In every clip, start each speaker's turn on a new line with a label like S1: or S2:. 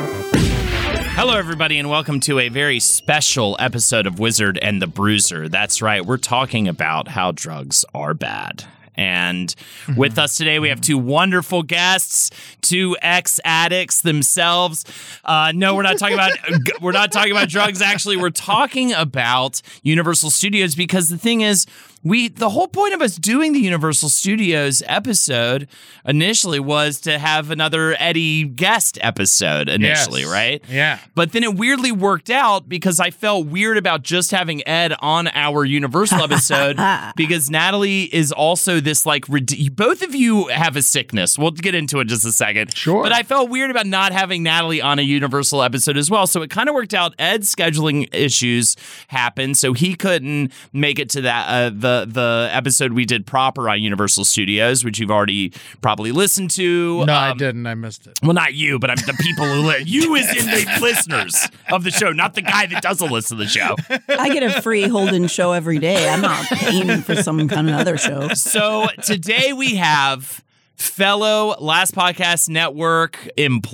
S1: Hello, everybody, and welcome to a very special episode of Wizard and the Bruiser. That's right, we're talking about how drugs are bad. And with us today, we have two wonderful guests, two ex addicts themselves. Uh, no, we're not talking about we're not talking about drugs. Actually, we're talking about Universal Studios because the thing is, we the whole point of us doing the Universal Studios episode initially was to have another Eddie guest episode initially,
S2: Yes.
S1: right?
S2: Yeah.
S1: But then it weirdly worked out because I felt weird about just having Ed on our Universal episode because Natalie is also this like rede- both of you have a sickness. We'll get into it in just a second.
S2: Sure.
S1: But I felt weird about not having Natalie on a Universal episode as well. So it kind of worked out. Ed's scheduling issues happened, so he couldn't make it to that uh, the the episode we did proper on Universal Studios, which you've already probably listened to.
S2: No, I
S1: Um,
S2: didn't. I missed it.
S1: well, not you, but I'm the people who li- you is in the listeners of the show, not the guy that doesn't listen to the show.
S3: I get a free Holden show every day. I'm not paying for some kind of other show.
S1: So today we have fellow Last Podcast Network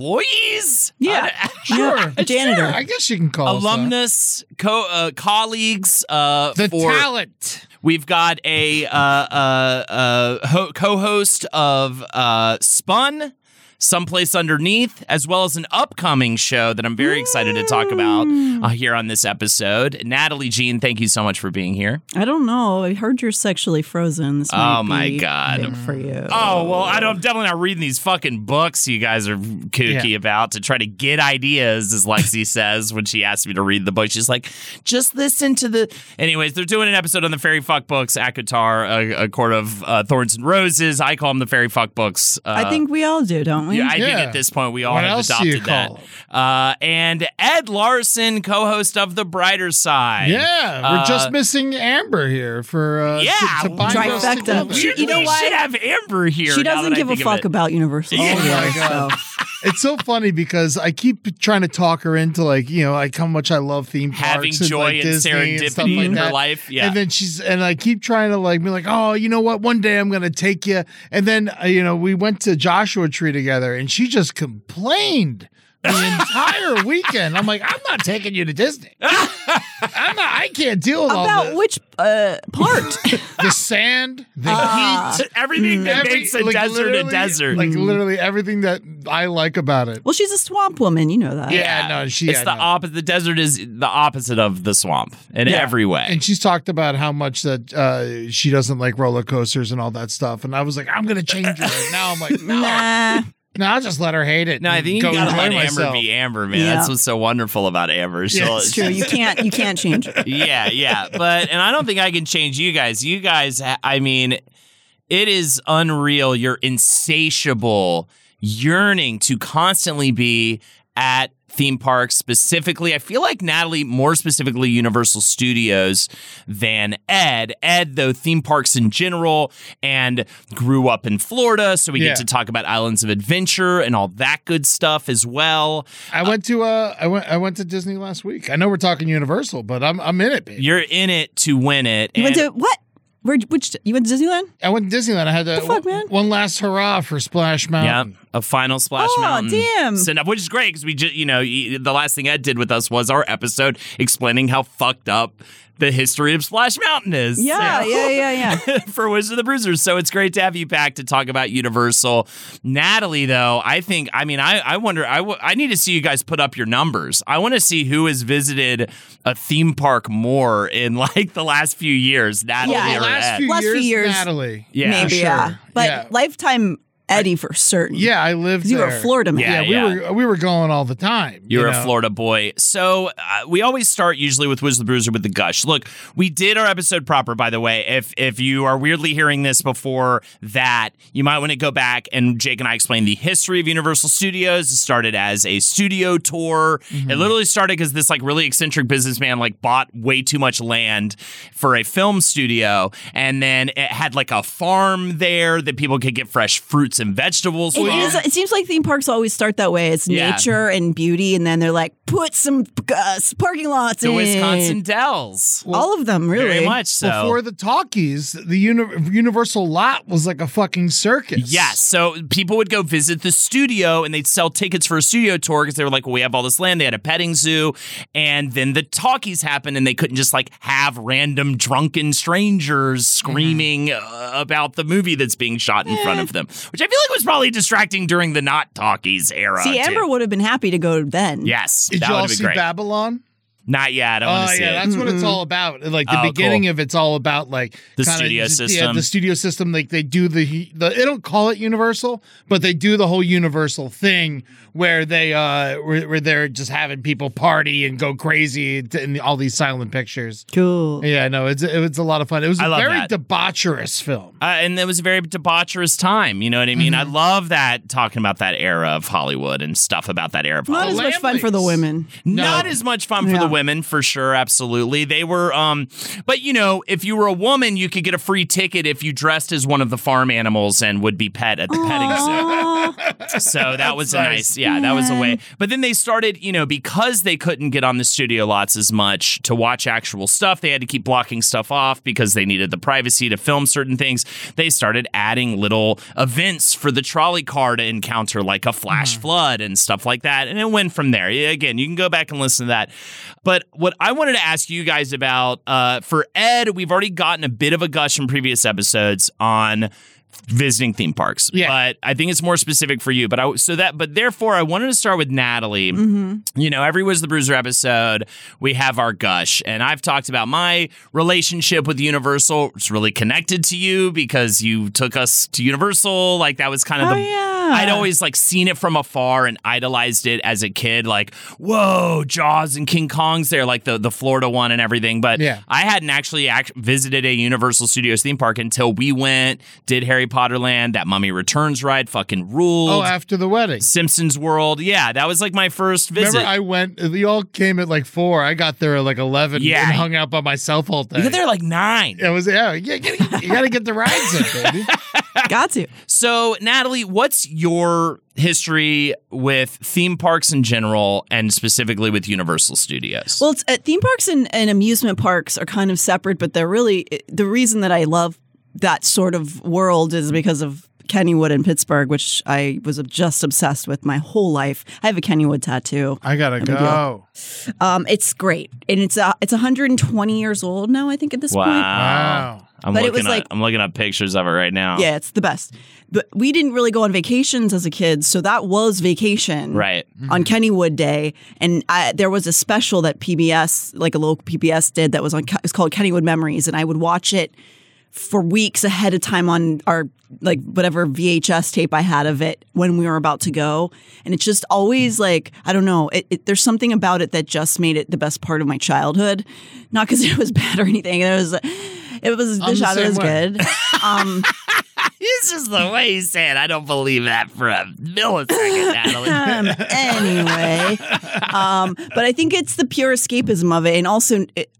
S1: employees, Uh,
S3: Yeah, sure. janitor.
S2: I guess you can call us
S1: alumnus, co- uh, colleagues. Uh,
S2: that. the
S1: for
S2: talent.
S1: we've got a uh, uh, uh, ho- co-host of uh, Spun. Someplace Underneath, as well as an upcoming show that I'm very excited to talk about
S3: Mm.
S1: uh, here on this episode. Natalie Jean, thank you so much for being here.
S3: I don't know. I heard you're sexually frozen. This might
S1: Oh, my
S3: be
S1: God.
S3: big for you.
S1: Oh well, I don't, I'm definitely not reading these fucking books you guys are kooky
S2: Yeah.
S1: about to try to get ideas, as Lexi says when she asked me to read the book. She's like, just listen to the. Anyways, they're doing an episode on the fairy fuck books, Akatar, a, a court of uh, thorns and roses. I call them the fairy fuck books. Uh,
S3: I think we all do, don't we?
S1: yeah, I think
S2: Yeah.
S1: at this point we all
S2: What
S1: have
S2: else do you
S1: adopted that.
S2: call
S1: Uh, and Ed Larson, co-host of The Brighter Side.
S2: Yeah, we're
S1: Uh,
S2: just missing Amber here for uh, to-
S1: Yeah,
S2: to, bind us
S3: Trifecta.
S2: together.
S1: We,
S3: She- you know
S1: we
S3: what?
S1: should have Amber here.
S3: she
S1: now
S3: doesn't
S1: that I
S3: give a
S1: think of
S3: fuck
S1: it.
S3: about Universal.
S1: Yeah.
S3: Oh,
S2: my God. It's so funny because I keep trying to talk her into like you know like how much I love theme parks
S1: Having
S2: and
S1: joy
S2: like
S1: and
S2: Disney and stuff
S1: serendipity
S2: like
S1: in her
S2: that.
S1: life, yeah.
S2: and then she's and I keep trying to like be like oh you know what one day I'm gonna take you and then uh, you know we went to Joshua Tree together and she just complained the entire weekend. I'm like I'm not taking you to Disney. I'm not. I can't deal with all
S3: About
S2: this.
S3: which uh, part?
S2: the sand, the heat.
S1: everything that
S2: every-
S1: Ah. makes a
S2: like,
S1: desert a
S2: literally-
S1: desert. Mm.
S2: Like literally everything that I like about it.
S3: well, she's a swamp woman. You know that.
S2: Yeah, no, she.
S1: it's
S2: yeah,
S1: the
S2: no.
S1: opposite. The desert is the opposite of the swamp in
S2: Yeah.
S1: every way.
S2: And she's talked about how much that uh, she doesn't like roller coasters and all that stuff. And I was like, I'm gonna change her. And now I'm like, no,
S3: Nah.
S2: no, I'll just let her hate it.
S1: no, I
S2: and
S1: think you
S2: go
S1: gotta
S2: enjoy
S1: let Amber
S2: myself.
S1: be Amber, man.
S3: Yeah.
S1: That's what's so wonderful about Amber. She'll-
S3: It's true. You can't. You can't change her.
S1: yeah, yeah. But and I don't think I can change you guys. You guys, I mean, it is unreal. Your insatiable yearning to constantly be at theme parks specifically i feel like natalie more specifically universal studios than ed ed though theme parks in general and grew up in florida so we
S2: Yeah.
S1: get to talk about islands of adventure and all that good stuff as well
S2: I went to uh, I went I went to Disney last week. I know we're talking Universal, but I'm I'm in it. Baby.
S1: you're in it to win it
S3: You went
S1: and-
S3: to what? Where? Which you went to Disneyland?
S2: I went to Disneyland. I had to,
S3: The fuck, man?
S2: one last hurrah for Splash
S1: Yeah,
S2: Mountain.
S1: a final splash
S3: Um, Oh,
S1: mountain.
S3: damn.
S1: Send up, which is great because we just, you know, y- the last thing Ed did with us was our episode explaining how fucked up the history of Splash Mountain is.
S3: Yeah, yeah, yeah, yeah.
S1: for Wizard of the Bruisers. So it's great to have you back to talk about Universal. Natalie, though, I think, I mean, I, I wonder, I, w- I need to see you guys put up your numbers. I want to see who has visited a theme park more in like the last few years, Natalie
S3: Yeah,
S1: or
S2: Last
S1: Ed.
S2: few,
S3: Last few
S2: years,
S3: years.
S2: Natalie.
S1: Yeah,
S3: Maybe,
S2: sure.
S3: yeah. But
S2: Yeah.
S3: lifetime Eddie for certain.
S2: Yeah, I lived
S3: 'Cause you were
S2: there.
S3: a Florida man.
S1: Yeah,
S2: Yeah, we were we were going all the time.
S1: You're
S2: know?
S1: a Florida boy. So uh, we always start usually with Wiz the Bruiser with the gush. Look, we did our episode proper, by the way. If if you are weirdly hearing this before that, you might want to go back and Jake and I explained the history of Universal Studios. It started as a studio tour. It literally started because this like really eccentric businessman like bought way too much land for a film studio, and then it had like a farm there that people could get fresh fruits and vegetables.
S3: It,
S1: from.
S3: is, it seems like theme parks always start that way. It's
S1: Yeah.
S3: nature and beauty, and then they're like, put some uh, parking lots
S1: the
S3: in
S1: Wisconsin Dells.
S3: All of them, really.
S1: Very much so.
S2: Before the talkies, the uni- Universal lot was like a fucking circus.
S1: Yes. So people would go visit the studio and they'd sell tickets for a studio tour because they were like, well, we have all this land. They had a petting zoo. And then the talkies happened and they couldn't just like have random drunken strangers
S2: Mm-hmm.
S1: screaming uh, about the movie that's being shot in front of
S2: Eh.
S1: them, which I feel like was probably distracting during the not talkies era.
S3: See,
S1: too.
S3: Amber would have been happy to go then.
S1: Yes.
S2: Did
S1: that
S2: y'all
S1: would be
S2: see
S1: great.
S2: Babylon?
S1: Not yet. I want
S2: Oh
S1: to see
S2: yeah,
S1: it.
S2: that's what it's all about. Like the
S1: Oh,
S2: beginning
S1: cool.
S2: of it's all about like
S1: The
S2: kinda
S1: studio
S2: just- Yeah,
S1: system.
S2: the studio system. Like they do the the they don't call it Universal, but they do the whole Universal thing where they uh where, where they're just having people party and go crazy and- and all these silent pictures.
S3: Cool.
S2: Yeah, no, it's it was a lot of fun. It was
S1: I
S2: a
S1: love
S2: very
S1: that.
S2: debaucherous film.
S1: Uh, and it was a very debaucherous time. You know what I mean?
S2: Mm-hmm.
S1: I love that talking about that era of Hollywood and stuff about that era of
S3: Not
S1: Hollywood.
S3: as much fun for the women.
S1: Not as much fun for
S3: Yeah.
S1: the women, for sure. Absolutely. They were, um, but you know, if you were a woman, you could get a free ticket if you dressed as one of the farm animals and would be pet at the petting zoo. So that was a nice, yeah, that was a way. But then they started, you know, because they couldn't get on the studio lots as much to watch actual stuff, they had to keep blocking stuff off because they needed the privacy to film certain things. They started adding little events for the trolley car to encounter, like a flash flood and stuff like that. And it went from there. Yeah, Again, you can go back and listen to that. But what I wanted to ask you guys about uh, for Ed, we've already gotten a bit of a gush in previous episodes on visiting theme parks.
S2: Yeah.
S1: But I think it's more specific for you. But I so that but therefore I wanted to start with Natalie. You know, every Was the Bruiser episode, we have our gush. And I've talked about my relationship with Universal. It's really connected to you because you took us to Universal. Like that was kind of
S3: Oh,
S1: the
S3: yeah.
S1: I'd always like seen it from afar and idolized it as a kid, like, whoa, Jaws and King Kong's there, like the, the Florida one and everything. But
S2: Yeah.
S1: I hadn't actually act- visited a Universal Studios theme park until we went, did Harry Potter Land, that Mummy Returns ride, fucking ruled.
S2: Oh, after the wedding.
S1: Simpsons World. Yeah, that was like my first visit.
S2: Remember, I went. You all came at like four. I got there at like eleven.
S1: Yeah.
S2: and hung out by myself all day.
S1: you got there like nine.
S2: It was yeah. You gotta, you gotta get the rides in, baby.
S3: Got to.
S1: So, Natalie, what's your history with theme parks in general and specifically with Universal Studios?
S3: Well, it's, uh, theme parks and, and amusement parks are kind of separate, but they're really uh, the reason that I love that sort of world is because of Kennywood in Pittsburgh, which I was just obsessed with my whole life. I have a Kennywood tattoo.
S2: I gotta
S3: big deal.
S2: go.
S3: Um, it's great, and it's uh, it's 120 years old now. I think at this point.
S1: Oh.
S2: Wow.
S1: I'm
S3: But it
S1: looking
S3: was
S1: at,
S3: like-
S1: I'm looking up pictures of it right now.
S3: Yeah, it's the best. But we didn't really go on vacations as a kid, so that was vacation.
S1: Right.
S3: On
S2: Mm-hmm.
S3: Kennywood Day, and I, there was a special that PBS, like a local PBS, did that was on. It was called Kennywood Memories, and I would watch it for weeks ahead of time on our like whatever VHS tape I had of it when we were about to go, and it's just
S2: Mm-hmm.
S3: always like I don't know. It, it, there's something about it that just made it the best part of my childhood, not because it was bad or anything. It was, it was
S2: I'm
S3: the
S2: the
S3: shot
S2: same
S3: was
S2: way.
S3: good. Um,
S1: It's just the way he said. I don't believe that for a millisecond, Natalie.
S3: um, anyway, um, but I think it's the pure escapism of it, and also it,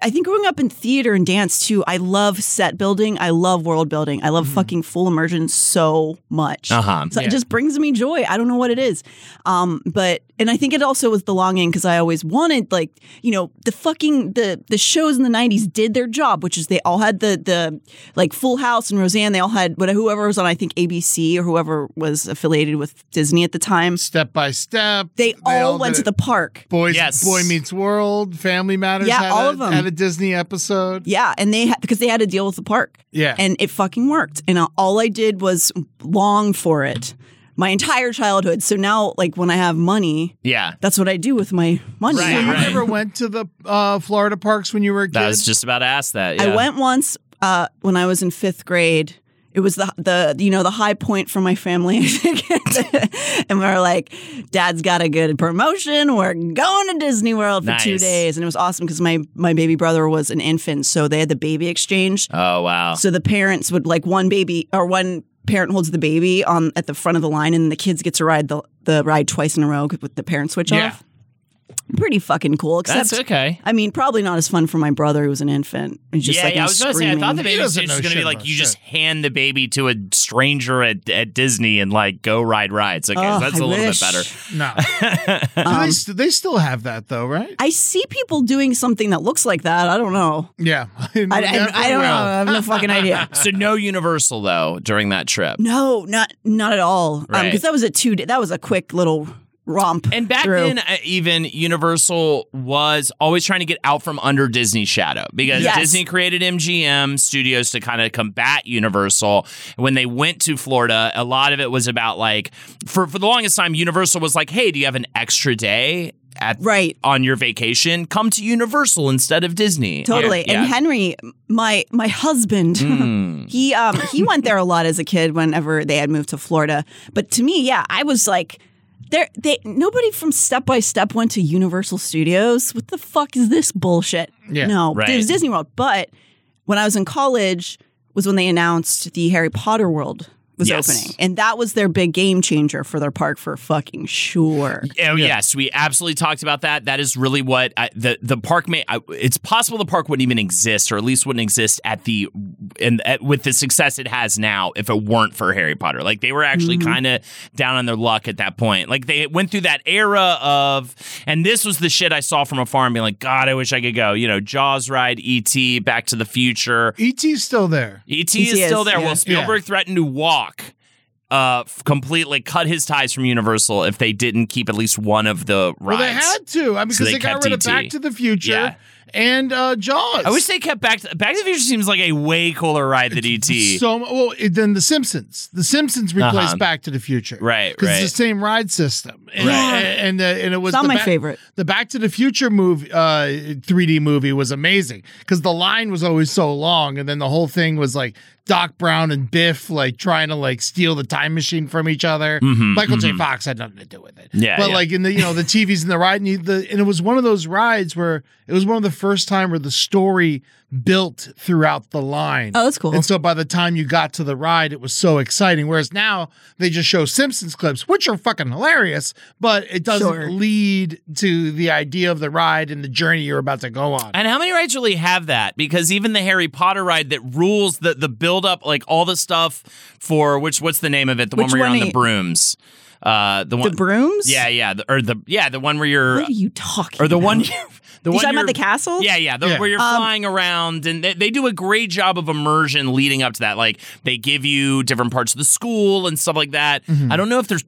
S3: I think growing up in theater and dance too, I love set building. I love world building. I love fucking full immersion so much.
S1: Uh-huh.
S3: So
S2: Yeah.
S3: it just brings me joy. I don't know what it is. Um, but and I think it also was the longing because I always wanted like you know the fucking the the shows in the '90s did their job, which is they all had the the like Full House and Roseanne. They all had but whoever was on I think ABC or whoever was affiliated with Disney at the time.
S2: Step by step.
S3: They, all, went
S2: did
S3: to
S2: it.
S3: the park.
S2: Boys,
S1: Yes.
S2: Boy Meets World, Family Matters.
S3: Yeah,
S2: had
S3: all
S2: a,
S3: of 'em.
S2: Had a Disney episode.
S3: Yeah, and they had because they had to deal with the park.
S2: Yeah.
S3: and it fucking worked. And uh, all I did was long for it my entire childhood. So now, like when I have money,
S1: Yeah.
S3: that's what I do with my money.
S2: so you
S1: Right, right.
S2: never went to the uh, Florida parks when you were a kid?
S1: That was just about to ask that. Yeah.
S3: I went once uh, when I was in fifth grade. It was the the you know the high point for my family, I think. and we were like, "Dad's got a good promotion. We're going to Disney World for two
S1: Nice.
S3: days," and it was awesome because my my baby brother was an infant, so they had the baby exchange.
S1: Oh wow.
S3: So the parents would like one baby or one parent holds the baby on at the front of the line, and the kids get to ride the the ride twice in a row with the parent switch
S1: Yeah.
S3: off. Pretty fucking cool. Except,
S1: That's okay.
S3: I mean, probably not as fun for my brother who was an infant. He's just
S1: yeah,
S3: like
S1: yeah. I
S3: I'm
S1: was gonna say I thought the
S3: screaming.
S1: baby was
S2: doesn't
S1: going
S2: know
S1: to
S2: shit
S1: be like
S2: about
S1: you just
S2: shit.
S1: hand the baby to a stranger at, at Disney and like go ride rides. Okay, so
S3: Ugh,
S1: that's
S3: I
S1: a little
S3: wish.
S1: bit better.
S2: no. Do
S1: Um,
S2: they, st- they still have that, though, right?
S3: I see people doing something that looks like that. I don't know.
S1: Mm,
S2: Yeah.
S3: I, I, I don't know. I have no fucking idea.
S1: So no Universal though during that trip.
S3: No, not not at all. Because
S1: Right.
S3: that was a two. That was a quick little romp.
S1: And back
S3: through.
S1: then, uh, even Universal was always trying to get out from under Disney's shadow because
S3: Yes.
S1: Disney created MGM Studios to kind of combat Universal. When they went to Florida, a lot of it was about like for for the longest time, Universal was like, "Hey, do you have an extra day at
S3: Right.
S1: on your vacation? Come to Universal instead of Disney."
S3: Totally.
S1: Yeah. Hmm.
S3: And Henry, my my husband, he um he went there a lot as a kid whenever they had moved to Florida. But to me, yeah, I was like there they nobody from Step by Step went to Universal Studios. What the fuck is this bullshit?
S2: Yeah,
S3: no,
S1: right.
S3: there's Disney World. But when I was in college was when they announced the Harry Potter World was
S1: Yes.
S3: opening. And that was their big game changer for their park for fucking sure.
S1: Oh yes, we absolutely talked about that. That is really what I, the the park may. I, it's possible the park wouldn't even exist, or at least wouldn't exist at the and at, with the success it has now, if it weren't for Harry Potter. Like they were actually kind of down on their luck at that point. Like they went through that era of, and this was the shit I saw from afar and being like, God, I wish I could go. You know, Jaws ride, E.T., Back to the Future.
S2: E.T.'s E still there.
S1: ET
S3: Yes,
S1: E is
S3: yes,
S1: still there.
S3: E yeah.
S1: Well, Spielberg threatened to walk, uh, f- completely cut his ties from Universal if they didn't keep at least one of the rides.
S2: Well, they had to. I mean, because
S1: So
S2: they,
S1: they
S2: got
S1: kept
S2: rid of
S1: ET.
S2: Back to the Future
S1: Yeah. E
S2: and uh, Jaws.
S1: I wish they kept Back to, Back to the Future. Seems like a way cooler ride than E ET.
S2: So well, it- then the Simpsons. The Simpsons replaced
S1: Uh-huh.
S2: Back to the Future,
S1: Right,
S2: Because
S1: right.
S2: it's the same ride system, and
S1: Right.
S2: and, uh, and it was
S3: It's not
S2: the
S3: my
S2: Ba-
S3: favorite.
S2: The Back to the Future movie, uh, 3D movie, was amazing because the line was always so long, and then the whole thing was like Doc Brown and Biff like trying to like steal the time machine from each other. Michael J. Fox had nothing to do with it,
S1: Mm-hmm, Yeah,
S2: But
S1: yeah.
S2: like in the you know the TVs in the ride, and you, the and it was one of those rides where it was one of the first time where the story built throughout the line.
S3: Oh, that's cool.
S2: And so by the time you got to the ride, it was so exciting. Whereas now they just show Simpsons clips, which are fucking hilarious, but it doesn't
S3: Sure.
S2: lead to the idea of the ride and the journey you're about to go on.
S1: And how many rides really have that? Because even the Harry Potter ride that rules the the build up, like all the stuff for which what's the name of it? The one
S3: Which
S1: where you're
S3: one
S1: on
S3: are
S1: the
S3: you-
S1: brooms. Uh, the one.
S3: The brooms?
S1: Yeah, yeah, the, or the yeah, the one where you're
S3: What are you talking
S1: or the
S3: about?
S1: one you the
S3: You
S1: one
S3: talking about
S1: you're-
S3: the Um, castle?
S1: Yeah, yeah, the,
S2: Yeah.
S1: where you're flying around, and they, they do a great job of immersion leading up to that. Like they give you different parts of the school and stuff like that. I don't know if there's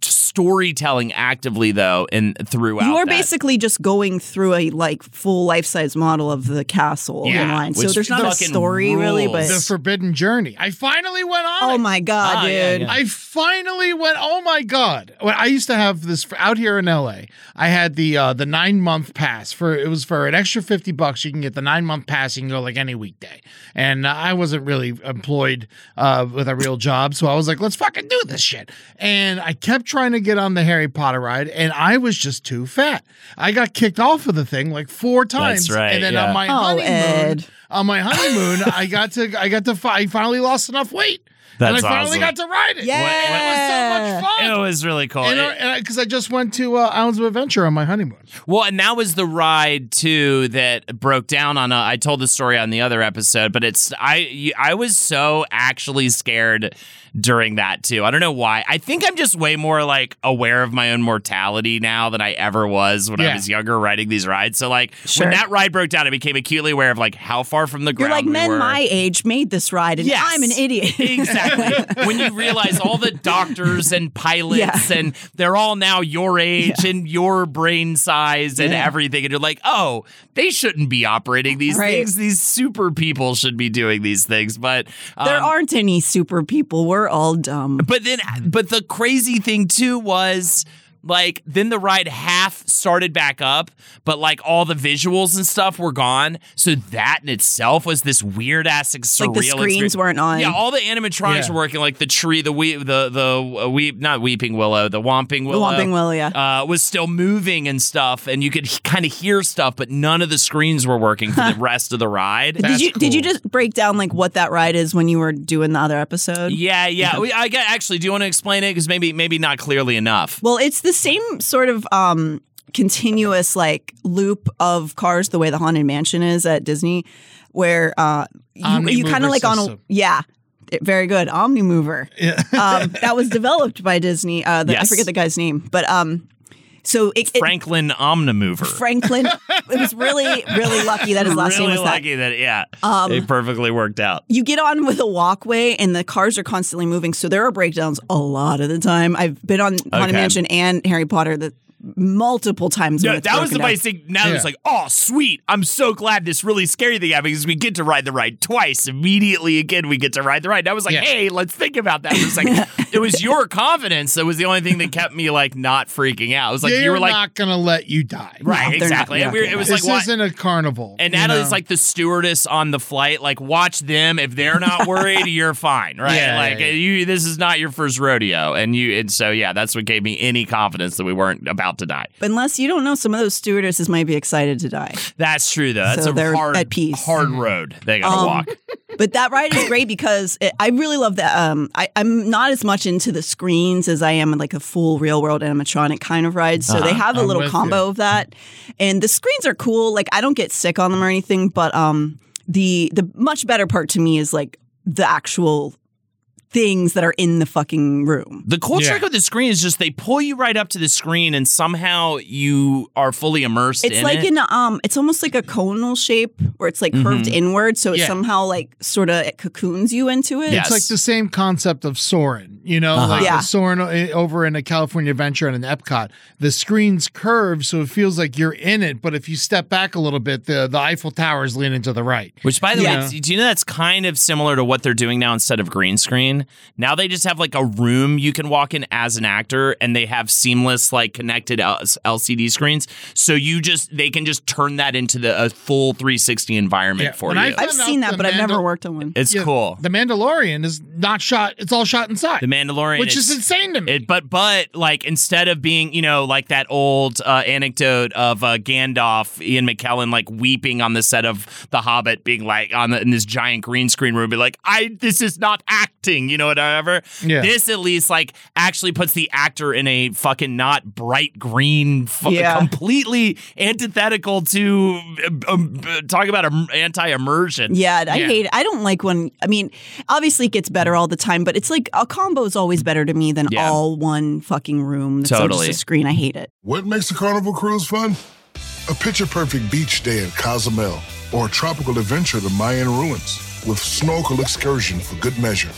S1: storytelling actively though, and throughout.
S3: You are
S1: that.
S3: basically just going through a like full life size model of the castle
S1: Yeah,
S3: online. So
S1: which
S3: there's not a
S1: fucking
S3: story really, but
S1: rules.
S2: the Forbidden Journey. I finally went on.
S3: oh
S2: it.
S3: my god,
S1: Ah,
S3: dude!
S1: yeah, yeah.
S2: I finally went. Oh my god! When I used to have this out here in LA, I had the uh, the nine month pass for it was for an extra fifty bucks. You can get the nine month pass. You can go like any weekday. And uh, I wasn't really employed uh, with a real job, so I was like, let's fucking do this shit. And I kept trying to get on the Harry Potter ride, and I was just too fat. I got kicked off of the thing like four times.
S1: right,
S2: And then
S1: yeah.
S2: on my
S3: Oh,
S2: honeymoon,
S3: Ed.
S2: on my honeymoon, I got to I got to fi- I finally lost enough weight. and I
S1: That's
S2: finally
S1: awesome.
S2: got to ride it.
S3: Yeah.
S2: It was so much fun.
S1: It was really cool.
S2: and
S1: It-
S2: because I, just went to uh, Islands of Adventure on my honeymoon.
S1: Well, and that was the ride too that broke down on. A, I told the story on the other episode, but it's I you- I was so actually scared during that too. I don't know why. I think I'm just way more like aware of my own mortality now than I ever was when I
S2: Yeah.
S1: was younger riding these rides. So like
S3: Sure.
S1: when that ride broke down, I became acutely aware of like how far from the
S3: You're
S1: ground
S3: like
S1: we
S3: men
S1: were.
S3: my age made this ride, and
S1: Yes.
S3: I'm an idiot.
S1: Exactly. when you realize all the doctors and pilots
S3: Yeah.
S1: and they're all now your age and your brain size and everything, and you're like, oh, they shouldn't be operating these
S3: Right.
S1: things. These super people should be doing these things. But um,
S3: there aren't any super people. We're all dumb.
S1: But then, but the crazy thing too was. Like then the ride half started back up, but like all the visuals and stuff were gone. So that in itself was this weird ass surreal.
S3: Like the
S1: experience.
S3: screens weren't on.
S1: Yeah, all the animatronics
S2: Yeah.
S1: were working, like the tree, the we, the the uh, weep, not weeping willow, the whomping
S3: The
S1: willow.
S3: Whomping Willow, yeah.
S1: Uh, was still moving and stuff, and you could he- kind of hear stuff, but none of the screens were working for the rest of the ride.
S3: did you did you just break down like what that ride is when you were doing the other episode?
S1: Yeah, yeah. We, I get, actually, do you want to explain it? Because maybe maybe not clearly enough.
S3: Well, it's the same sort of um, continuous like loop of cars, the way the Haunted Mansion is at Disney, where uh, you,
S2: Omnimover
S3: you kind of like on a
S2: system.
S3: yeah. It- very good, Omnimover.
S2: Yeah.
S3: um, that was developed by Disney. Uh, the, I
S1: Yes.
S3: forget the guy's name, but um, so it, it-
S1: Franklin Omnimover.
S3: Franklin. it was really, really lucky that his last
S1: really
S3: name was that. Um,
S1: lucky that, yeah, it perfectly worked out.
S3: you get on with a walkway and the cars are constantly moving so there are breakdowns a lot of the time i've been on haunted
S1: Okay.
S3: mansion and harry potter the multiple times when
S1: No,
S3: it's
S1: that was the
S3: broken down.
S1: nice thing. Now
S2: Yeah.
S1: it's like, oh, sweet. I'm so glad this really scary thing happened because we get to ride the ride twice. Immediately again, we get to ride the ride. And I was like,
S2: Yeah.
S1: hey, let's think about that. It was like, it was your confidence that was the only thing that kept me like not freaking out. It was like,
S2: They're
S1: you were like,
S2: not gonna let you die.
S1: right,
S3: No, they're not-
S1: exactly.
S3: they're
S1: and
S3: not
S1: we were,
S3: gonna
S1: it was
S2: This
S1: like, why-
S2: isn't a carnival.
S1: and
S2: you
S1: Natalie's
S2: know?
S1: like the stewardess on the flight. Like, watch them. If they're not worried, you're fine, right?
S2: Yeah, yeah,
S1: like,
S2: yeah.
S1: you. This is not your first rodeo, and you. And so, yeah, that's what gave me any confidence that we weren't about to die.
S3: unless you don't know some of those stewardesses might be excited to die
S1: That's true, though. That's
S3: So
S1: a
S3: they're
S1: hard,
S3: at peace.
S1: hard road they got to
S3: Um,
S1: walk.
S3: but that ride is great because it, i really love that um, I, i'm not as much into the screens as i am in like a full real world animatronic kind of ride so they have a
S2: Uh-huh. I'm
S3: little
S2: with
S3: combo of that and the screens are cool like i don't get sick on them or anything but um, the the much better part to me is like the actual things that are in the fucking room
S1: The cool
S2: Yeah.
S1: trick with the screen is just they pull you right up to the screen, and somehow you are fully immersed.
S3: it's
S1: in
S3: like
S1: it.
S3: in a, um it's almost like a conal shape where it's like curved inward so it
S2: Mm-hmm. Yeah.
S3: somehow like sort of it cocoons you into it
S1: Yes. Uh-huh.
S2: It's like the same concept of Soren, you know, like
S3: Yeah.
S2: the Soren o- over in a California Adventure and an Epcot. The screens curve, so it feels like you're in it. But if you step back a little bit, the the Eiffel Tower is leaning to the right.
S1: Which, by the
S3: Yeah.
S1: way, do- do you know that's kind of similar to what they're doing now instead of green screen? Now they just have like a room you can walk in as an actor, and they have seamless, like connected L- LCD screens. So you just, they can just turn that into the, a full 360 environment
S2: Yeah.
S1: for
S2: When
S1: you.
S2: I
S3: i've
S2: found out
S3: seen that
S2: the
S3: but i've never
S2: Mandal-
S3: worked on one
S1: it's
S2: Yeah,
S1: cool.
S2: The Mandalorian is not shot; it's all shot inside,
S1: The Mandalorian,
S2: which is
S1: it's-
S2: insane to me.
S1: It, but but like instead of being you know like that old uh, anecdote of uh, Gandalf, Ian McKellen like weeping on the set of The Hobbit, being like on the, in this giant green screen room, be like, I this is not acting, you know whatever.
S2: Yeah.
S1: This at least like actually puts the actor in a fucking not bright green, fu-
S3: Yeah.
S1: completely antithetical to um, uh, talk about um, anti immersion.
S3: Yeah, I
S2: Yeah.
S3: hate it. I don't like when, I mean, obviously it gets better all the time, but it's like a combo is always better to me than
S1: Yeah.
S3: all one fucking room that's all
S1: Totally.
S3: just a screen. I hate it.
S4: What makes a carnival cruise fun? A picture perfect beach day in Cozumel or a tropical adventure to Mayan ruins with snorkel excursion for good measure.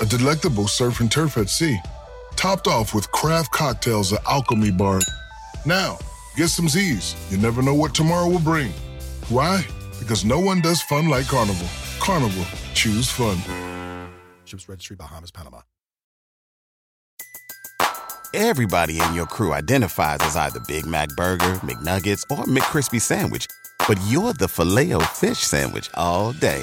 S4: A delectable surf and turf at sea, topped off with craft cocktails at Alchemy Bar. Now, get some Z's. You never know what tomorrow will bring. Why? Because no one does fun like Carnival. Carnival, choose fun.
S5: Ships Registry Bahamas, Panama.
S6: Everybody in your crew identifies as either Big Mac Burger, McNuggets, or McCrispy Sandwich. But you're the filet fish Sandwich all day.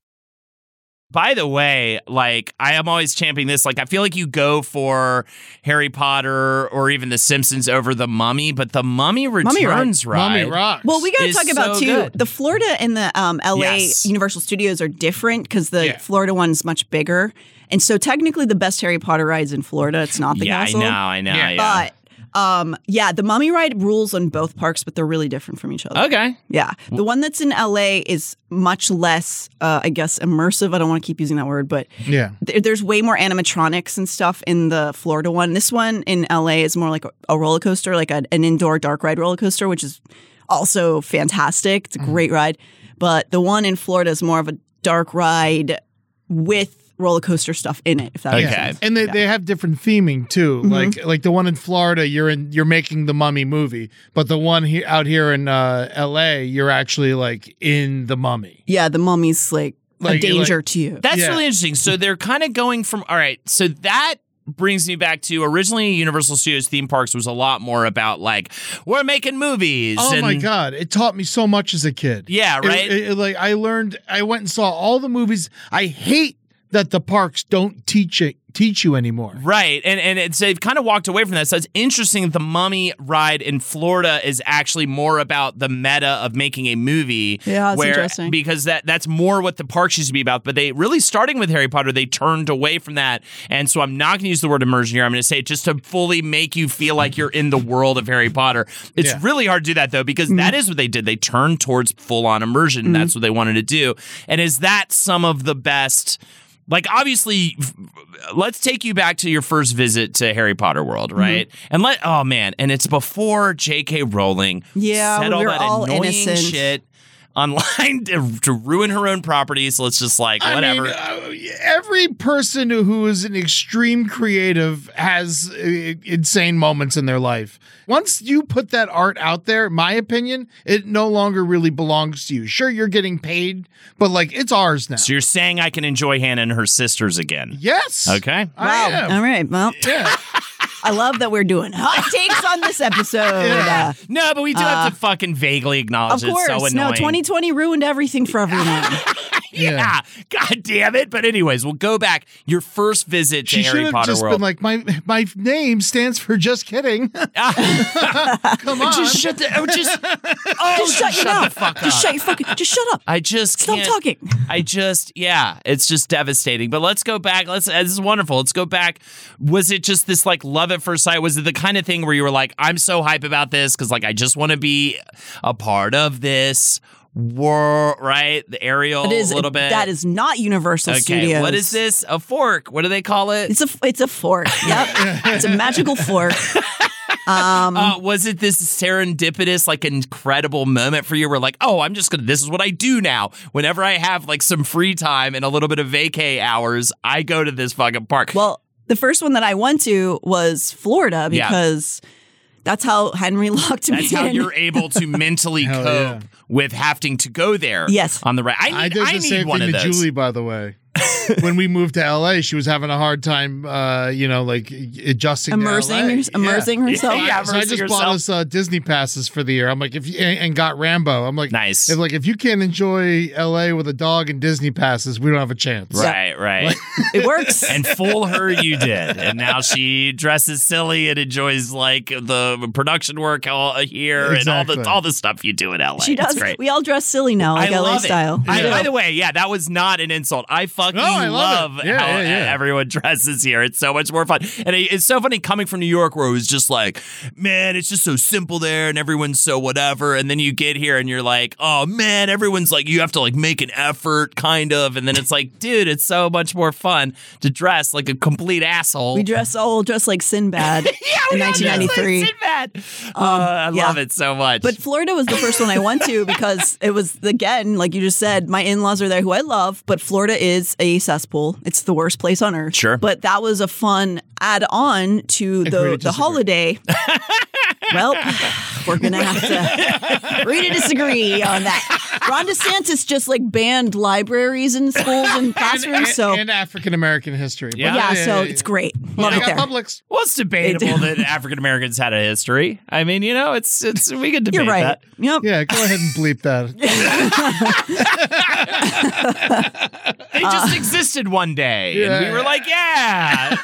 S1: By the way, like I am always championing this. Like I feel like you go for Harry Potter or even The Simpsons over The Mummy, but The Mummy
S3: Mummy Ride.
S1: Returns
S2: Mummy
S1: right.
S2: rocks.
S3: Well, we got to
S1: is
S3: talk about
S1: so
S3: too.
S1: good.
S3: The Florida and the um, LA
S1: Yes.
S3: Universal Studios are different because the
S2: Yeah.
S3: Florida one's much bigger, and so technically the best Harry Potter rides in Florida. It's not the
S1: yeah,
S3: castle.
S1: I know, I know.
S2: Yeah.
S1: Yeah.
S3: But um, yeah, the Mummy Ride rules on both parks, but they're really different from each other.
S1: okay.
S3: Yeah, the one that's in LA is much less, uh, I guess, immersive. I don't want to keep using that word, but
S2: yeah.
S3: there- there's way more animatronics and stuff in the Florida one. This one in LA is more like a- a roller coaster, like a, an indoor dark ride roller coaster, which is also fantastic. It's a
S1: Mm-hmm.
S3: great ride. But the one in Florida is more of a dark ride with roller coaster stuff in it, if that makes
S1: Okay. Mm-hmm.
S3: sense.
S2: And they, they have different theming too. Like like the one in Florida, you're in you're making the mummy movie, but the one he, out here in uh, L.A., you're actually like in the mummy.
S3: Yeah, the mummy's like, a
S2: Like-
S3: danger
S2: like-
S3: to you.
S1: That's
S2: Yeah.
S1: really interesting. So they're kind of going from all right. So that brings me back to originally Universal Studios theme parks was a lot more about like we're making movies.
S2: Oh my
S1: and-
S2: god, it taught me so much as a kid.
S1: Yeah,
S2: It-
S1: right?
S2: it- it, like I learned, I went and saw all the movies. I hate that the parks don't teach it teach you anymore.
S1: Right, and and it's they've kind of walked away from that. So it's interesting that the Mummy ride in Florida is actually more about the meta of making a movie.
S3: Yeah, that's
S1: where,
S3: interesting.
S1: Because that that's more what the parks used to be about. But they really starting with Harry Potter, they turned away from that. And so I'm not going to use the word immersion here. I'm going to say just to fully make you feel like you're in the world of Harry Potter. It's
S2: Yeah.
S1: really hard to do that though because
S3: Mm-hmm.
S1: that is what they did. They turned towards full on immersion. and That's what they wanted to do. And is that some of the best? Like obviously, f- let's take you back to your first visit to Harry Potter World,
S3: Mm-hmm.
S1: right? And let oh man, and it's before J.K. Rowling
S3: Yeah,
S1: said
S3: we
S1: all
S3: were
S1: that
S3: all
S1: annoying
S3: innocent.
S1: shit online to, to ruin her own property. So let's just like whatever.
S2: I mean, uh, every person who is an extreme creative has uh, insane moments in their life. Once you put that art out there, in my opinion, it no longer really belongs to you. Sure, you're getting paid, but like it's ours now.
S1: so you're saying I can enjoy Hannah and her sisters again?
S2: yes.
S1: Okay.
S2: I
S3: Wow.
S2: am.
S3: All right. Well,
S2: Yeah.
S3: I love that we're doing hot takes on this episode. Uh,
S1: No, but we do have to fucking vaguely
S3: of
S1: acknowledge
S3: course.
S1: it's so annoying.
S3: no, 2020 ruined everything for everyone.
S1: Yeah. God damn it. But anyways, we'll go back. Your first visit to
S2: She should
S1: Harry
S2: have
S1: Potter
S2: just
S1: World.
S2: been like, my my name stands for just kidding. Come on.
S1: just shut the oh, just oh,
S3: just shut your
S1: shut
S3: mouth.
S1: the fuck up.
S3: Just shut your fucking. Just shut up.
S1: I just
S3: Stop
S1: can't-
S3: talking.
S1: I just yeah, it's just devastating. But let's go back. Let's uh, this is wonderful. Let's go back. Was it just this like love at first sight? Was it the kind of thing where you were like, I'm so hype about this because like I just want to be a part of this world, right? The aerial
S3: It is
S1: a little bit.
S3: That is not Universal
S1: okay.
S3: Studios.
S1: What is this? A fork? What do they call it?
S3: It's a it's a fork. Yep, it's a magical fork. Um,
S1: Uh, was it this serendipitous, like incredible moment for you where like, oh, I'm just gonna this is what I do now. Whenever I have like some free time and a little bit of vacay hours, I go to this fucking park.
S3: well, the first one that I went to was Florida
S1: Yeah.
S3: because that's how Henry locked me
S1: that's how
S3: in.
S1: you're able to mentally
S2: Hell
S1: cope
S2: yeah.
S1: with having to go there.
S3: Yes.
S1: On the right. I need,
S2: I did the
S1: I need
S2: same
S1: one
S2: thing
S1: of
S2: to
S1: those.
S2: Julie, by the way. when we moved to LA, she was having a hard time, uh, you know, like adjusting, to
S3: immersing
S2: LA.
S3: her- immersing herself.
S1: Yeah,
S2: So I
S1: immersing
S2: just
S1: yourself.
S2: bought us uh, Disney passes for the year. I'm like, if you, and, and got Rambo. I'm like,
S1: Nice.
S2: If like if you can't enjoy LA with a dog and Disney passes, we don't have a chance.
S1: Right, right.
S3: It works.
S1: and fool her you did. And now she dresses silly and enjoys like the production work all here and all
S2: Exactly.
S1: the all the stuff you do in LA.
S3: she
S1: It's
S3: does.
S1: great.
S3: We all dress silly now, like
S1: I
S3: LA
S1: love
S3: style.
S1: It. I,
S2: Yeah.
S1: By the way, yeah, that was not an insult. I fucking
S2: No, I
S1: love,
S2: love it. Yeah,
S1: how
S2: yeah, yeah.
S1: everyone dresses here. It's so much more fun, and it- it's so funny coming from New York, where it was just like, man, it's just so simple there, and everyone's so whatever. And then you get here, and you're like, oh man, everyone's like, you have to like make an effort, kind of. And then it's like, dude, it's so much more fun to dress like a complete asshole.
S3: We dress all dress like Sinbad in
S1: all dress like
S3: 1993.
S1: Sinbad. Uh, I
S3: Um, yeah.
S1: love it so much.
S3: But Florida was the first one I went to because it was again, like you just said, my in-laws are there who I love, but Florida is a cesspool. It's the worst place on earth.
S1: Sure.
S3: But that was a fun add-on to
S2: Agree to
S3: the the
S2: disagree.
S3: holiday. well, We're gonna have to agree to disagree on that. Ron DeSantis just like banned libraries in schools and classrooms.
S2: and,
S3: so
S2: and African American history.
S1: Yeah.
S3: yeah, so
S2: yeah,
S3: it's great.
S2: But
S3: Love
S2: I
S3: it
S2: got
S3: there.
S2: Publix.
S1: Well, it's debatable that African Americans had a history. I mean, you know, it's it's we could debate
S3: You're right.
S1: that.
S3: Yep.
S2: Yeah, go ahead and bleep that.
S1: They
S3: Uh,
S1: just existed one day, and we
S2: Yeah.
S1: were like, yeah,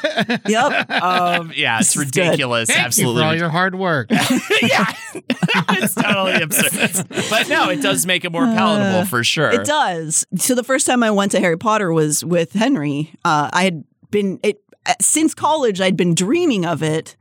S3: Yep.
S1: um, yeah, it's
S3: This is good.
S1: ridiculous,
S2: Thank
S1: absolutely.
S2: you for all your hard work.
S1: it's totally absurd, but no, it does make it more palatable for sure.
S3: Uh, It does. So the first time I went to Harry Potter was with Henry. Uh, I had been it uh, since college. I'd been dreaming of it.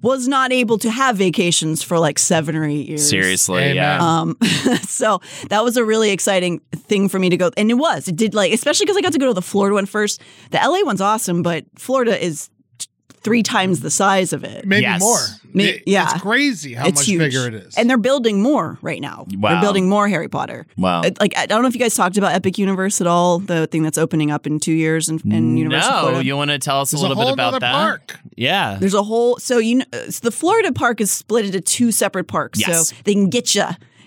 S3: Was not able to have vacations for like seven or eight years.
S1: Seriously,
S2: Amen.
S1: yeah.
S3: Um, so that was a really exciting thing for me to go, and it was. It did like, especially because I got to go to the Florida one first. The LA one's awesome, but Florida is t- three times the size of it.
S2: Maybe
S1: Yes.
S2: more.
S3: Ma-
S2: It-
S3: yeah.
S2: It's crazy how
S3: it's
S2: much
S3: huge.
S2: bigger it is.
S3: and they're building more right now.
S1: Wow.
S3: They're building more Harry Potter.
S1: Wow.
S3: It- like I don't know if you guys talked about Epic Universe at all, the thing that's opening up in two years in, in Um, Universal
S1: no,
S3: Florida.
S1: you want to tell us
S2: There's
S1: a
S2: a
S1: little bit
S2: whole
S1: about
S2: nother
S1: that?
S2: park.
S1: Yeah.
S3: There's a whole so you know so the Florida park is split into two separate parks,
S1: Yes.
S3: so they can get you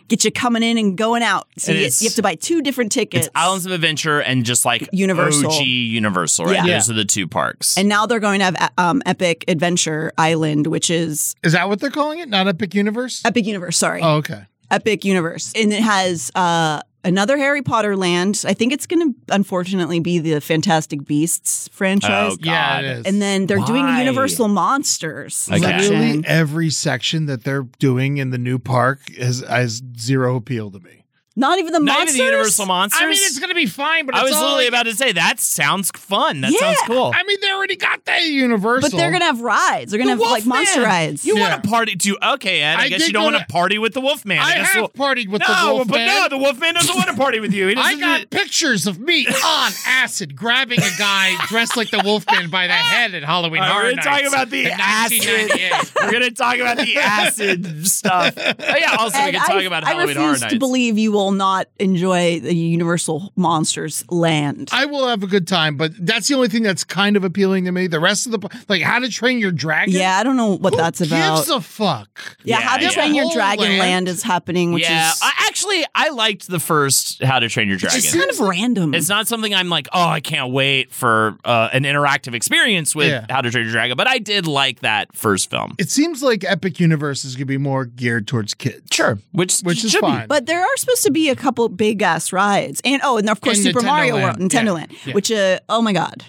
S3: get you coming in and going out. So
S1: And
S3: you,
S1: it's-
S3: you have to buy two different tickets.
S1: It's Islands of Adventure and just like
S3: Universal.
S1: OG Universal, right?
S3: Yeah.
S1: Those are the two parks.
S3: and now they're going to have um, Epic Adventure Island, which is
S2: Is that what they're calling it? Not Epic Universe?
S3: Epic Universe. Sorry,
S2: Oh, okay.
S3: Epic Universe, and it has uh, another Harry Potter land. I think it's going to unfortunately be the Fantastic Beasts franchise.
S1: Oh,
S2: Yeah,
S1: God.
S2: it is.
S3: And then they're doing
S1: Why?
S3: a Universal Monsters
S1: Okay.
S3: section.
S2: Literally every section that they're doing in the new park has, has zero appeal to me.
S3: Not even the
S1: Not
S3: monsters.
S1: even the Universal Monsters.
S2: I mean, it's going to be fine, but
S1: I
S2: it's
S1: was
S2: all
S1: literally
S2: like-
S1: about to say that sounds fun. That
S3: Yeah.
S1: sounds cool.
S2: I mean, they already got that Universal.
S3: but they're gonna have rides. They're gonna have like monster
S1: Wolfman.
S3: rides.
S1: You
S2: Yeah.
S1: want to party too? Okay, Ed. I,
S2: I
S1: guess
S2: did
S1: you don't
S2: go
S1: want to
S2: to-
S1: party with the Wolfman.
S2: I
S1: guess
S2: have
S1: we'll-
S2: partied with the
S1: no, but
S2: Wolfman.
S1: no, the Wolfman doesn't want to party with you. He
S2: I
S1: doesn't-
S2: got pictures of me on acid grabbing a guy dressed like the Wolfman by the head at Halloween
S1: All right,
S2: Horror
S1: we're
S2: Nights.
S1: talking about the
S2: in
S1: acid.
S2: 1998.
S1: We're gonna talk about the acid stuff. Oh, yeah, also we
S3: And
S1: can talk
S3: I,
S1: about
S3: I
S1: Halloween Horror
S3: refuse
S1: Nights.
S3: to believe you will not enjoy the Universal Monsters land.
S2: I will have a good time, but that's the only thing that's kind of appealing to me. The rest of the like, How to Train Your Dragon.
S3: yeah, I don't know what
S2: Who
S3: that's about.
S2: Gives a fuck.
S3: yeah,
S1: Yeah,
S3: How to
S1: yeah.
S3: Train Your
S2: Whole
S3: Dragon land.
S2: land.
S3: is happening, which
S1: yeah,
S3: is
S1: I, actually, I liked the first How to Train Your Dragon.
S3: it's kind of random.
S1: It's not something I'm like, oh, I can't wait for uh, an interactive experience with
S2: Yeah.
S1: How to Train Your Dragon. But I did like that first film.
S2: It seems like Epic Universe is gonna be more geared towards kids.
S1: Sure, which
S2: which is
S1: should be.
S2: fine.
S3: But there are supposed to be a couple big ass rides, and oh, and of course
S2: And
S3: Super
S2: Nintendo
S3: Mario
S2: Land.
S3: World, Nintendo
S2: Yeah.
S3: Land,
S2: Yeah.
S3: which uh, oh my god,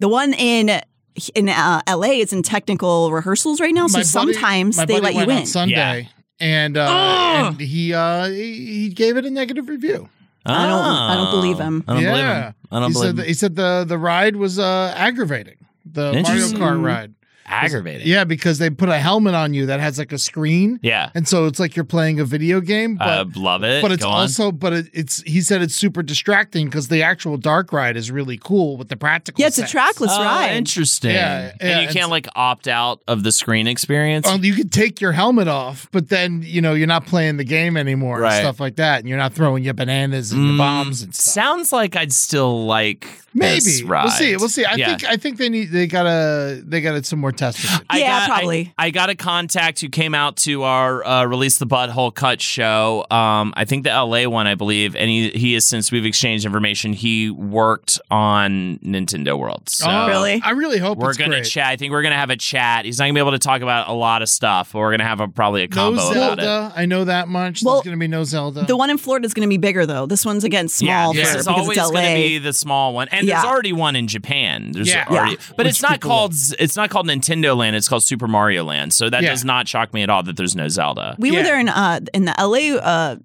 S3: the one in in uh, L.A. is in technical rehearsals right now, so
S2: My buddy-
S3: sometimes
S2: my
S3: they
S2: buddy
S3: let you
S2: went on
S3: in.
S2: Sunday,
S1: Yeah.
S2: and uh, and he uh he he gave it a negative review.
S3: I don't- I don't believe him.
S1: I don't
S2: yeah.
S1: believe him. I don't
S2: he
S1: believe
S2: Said
S1: him.
S2: that, he said the the ride was uh aggravating. The Mario
S1: Interesting.
S2: Kart ride.
S1: Aggravating.
S2: Yeah, because they put a helmet on you that has like a screen.
S1: Yeah.
S2: And so it's like you're playing a video game,
S1: I
S2: but,
S1: love it.
S2: but it's
S1: Uh, Go on.
S2: also but it, it's he said it's super distracting because the actual dark ride is really cool with the practical.
S3: Yeah, it's a
S2: sets.
S3: trackless
S1: Oh,
S3: ride.
S1: Interesting.
S2: Yeah, yeah,
S1: and you
S2: it's- Um,
S1: can't like opt out of the screen experience.
S2: Well, you could take your helmet off, but then you know you're not playing the game anymore
S1: Right.
S2: and stuff like that, and you're not throwing your bananas and your bombs and stuff.
S1: Mm, Sounds like I'd still like
S2: Maybe
S1: this ride.
S2: we'll see. We'll see. I
S1: Yeah.
S2: think I think they need they gotta they gotta some more testing.
S3: Yeah, probably.
S1: I, I got a contact who came out to our uh, release the butthole cut show. Um, I think the LA one, I believe, and he he has since we've exchanged information. He worked on Nintendo World. So
S2: Oh,
S3: Really?
S2: I really hope
S1: We're
S2: it's
S1: gonna
S2: great.
S1: chat. I think we're gonna have a chat. He's not gonna be able to talk about a lot of stuff, but we're gonna have a, probably a
S2: No
S1: combo about it.
S2: Zelda. I know that much.
S3: Well,
S2: There's gonna be no Zelda.
S3: The one in Florida is going to be bigger though. This one's again small
S1: Yeah,
S3: for-
S1: this is
S3: because
S1: always
S3: it's LA.
S1: going to be the small one, and there's
S3: Yeah.
S1: already one in Japan. There's
S2: Yeah.
S1: already,
S3: Yeah.
S1: but
S2: Which
S1: it's not
S2: people
S1: called it's not called Nintendo Land. It's called Super Mario Land. So that
S2: Yeah.
S1: does not shock me at all that there's no Zelda.
S3: we
S2: Yeah.
S3: were there in uh, in the LA uh,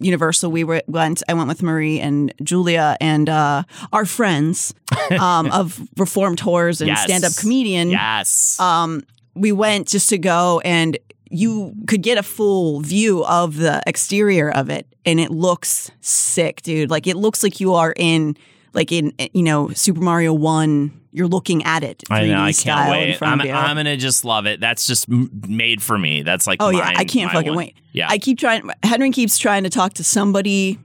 S3: Universal. We were went. I went with Marie and Julia and uh, our friends um, of reformed tours and
S1: Yes.
S3: stand up comedian.
S1: yes,
S3: um, we went just to go and you could get a full view of the exterior of it and it looks sick dude like it looks like you are in like in you know super mario 1 you're looking at it 3D
S1: I know. I can't
S3: style in
S1: wait. I'm,
S3: front of you.
S1: I'm gonna just love it. That's just m- made for me. That's like
S3: oh yeah
S1: mine-
S3: i can't
S1: my
S3: fucking
S1: one.
S3: wait
S1: Yeah,
S3: i keep trying henry keeps trying to talk to somebody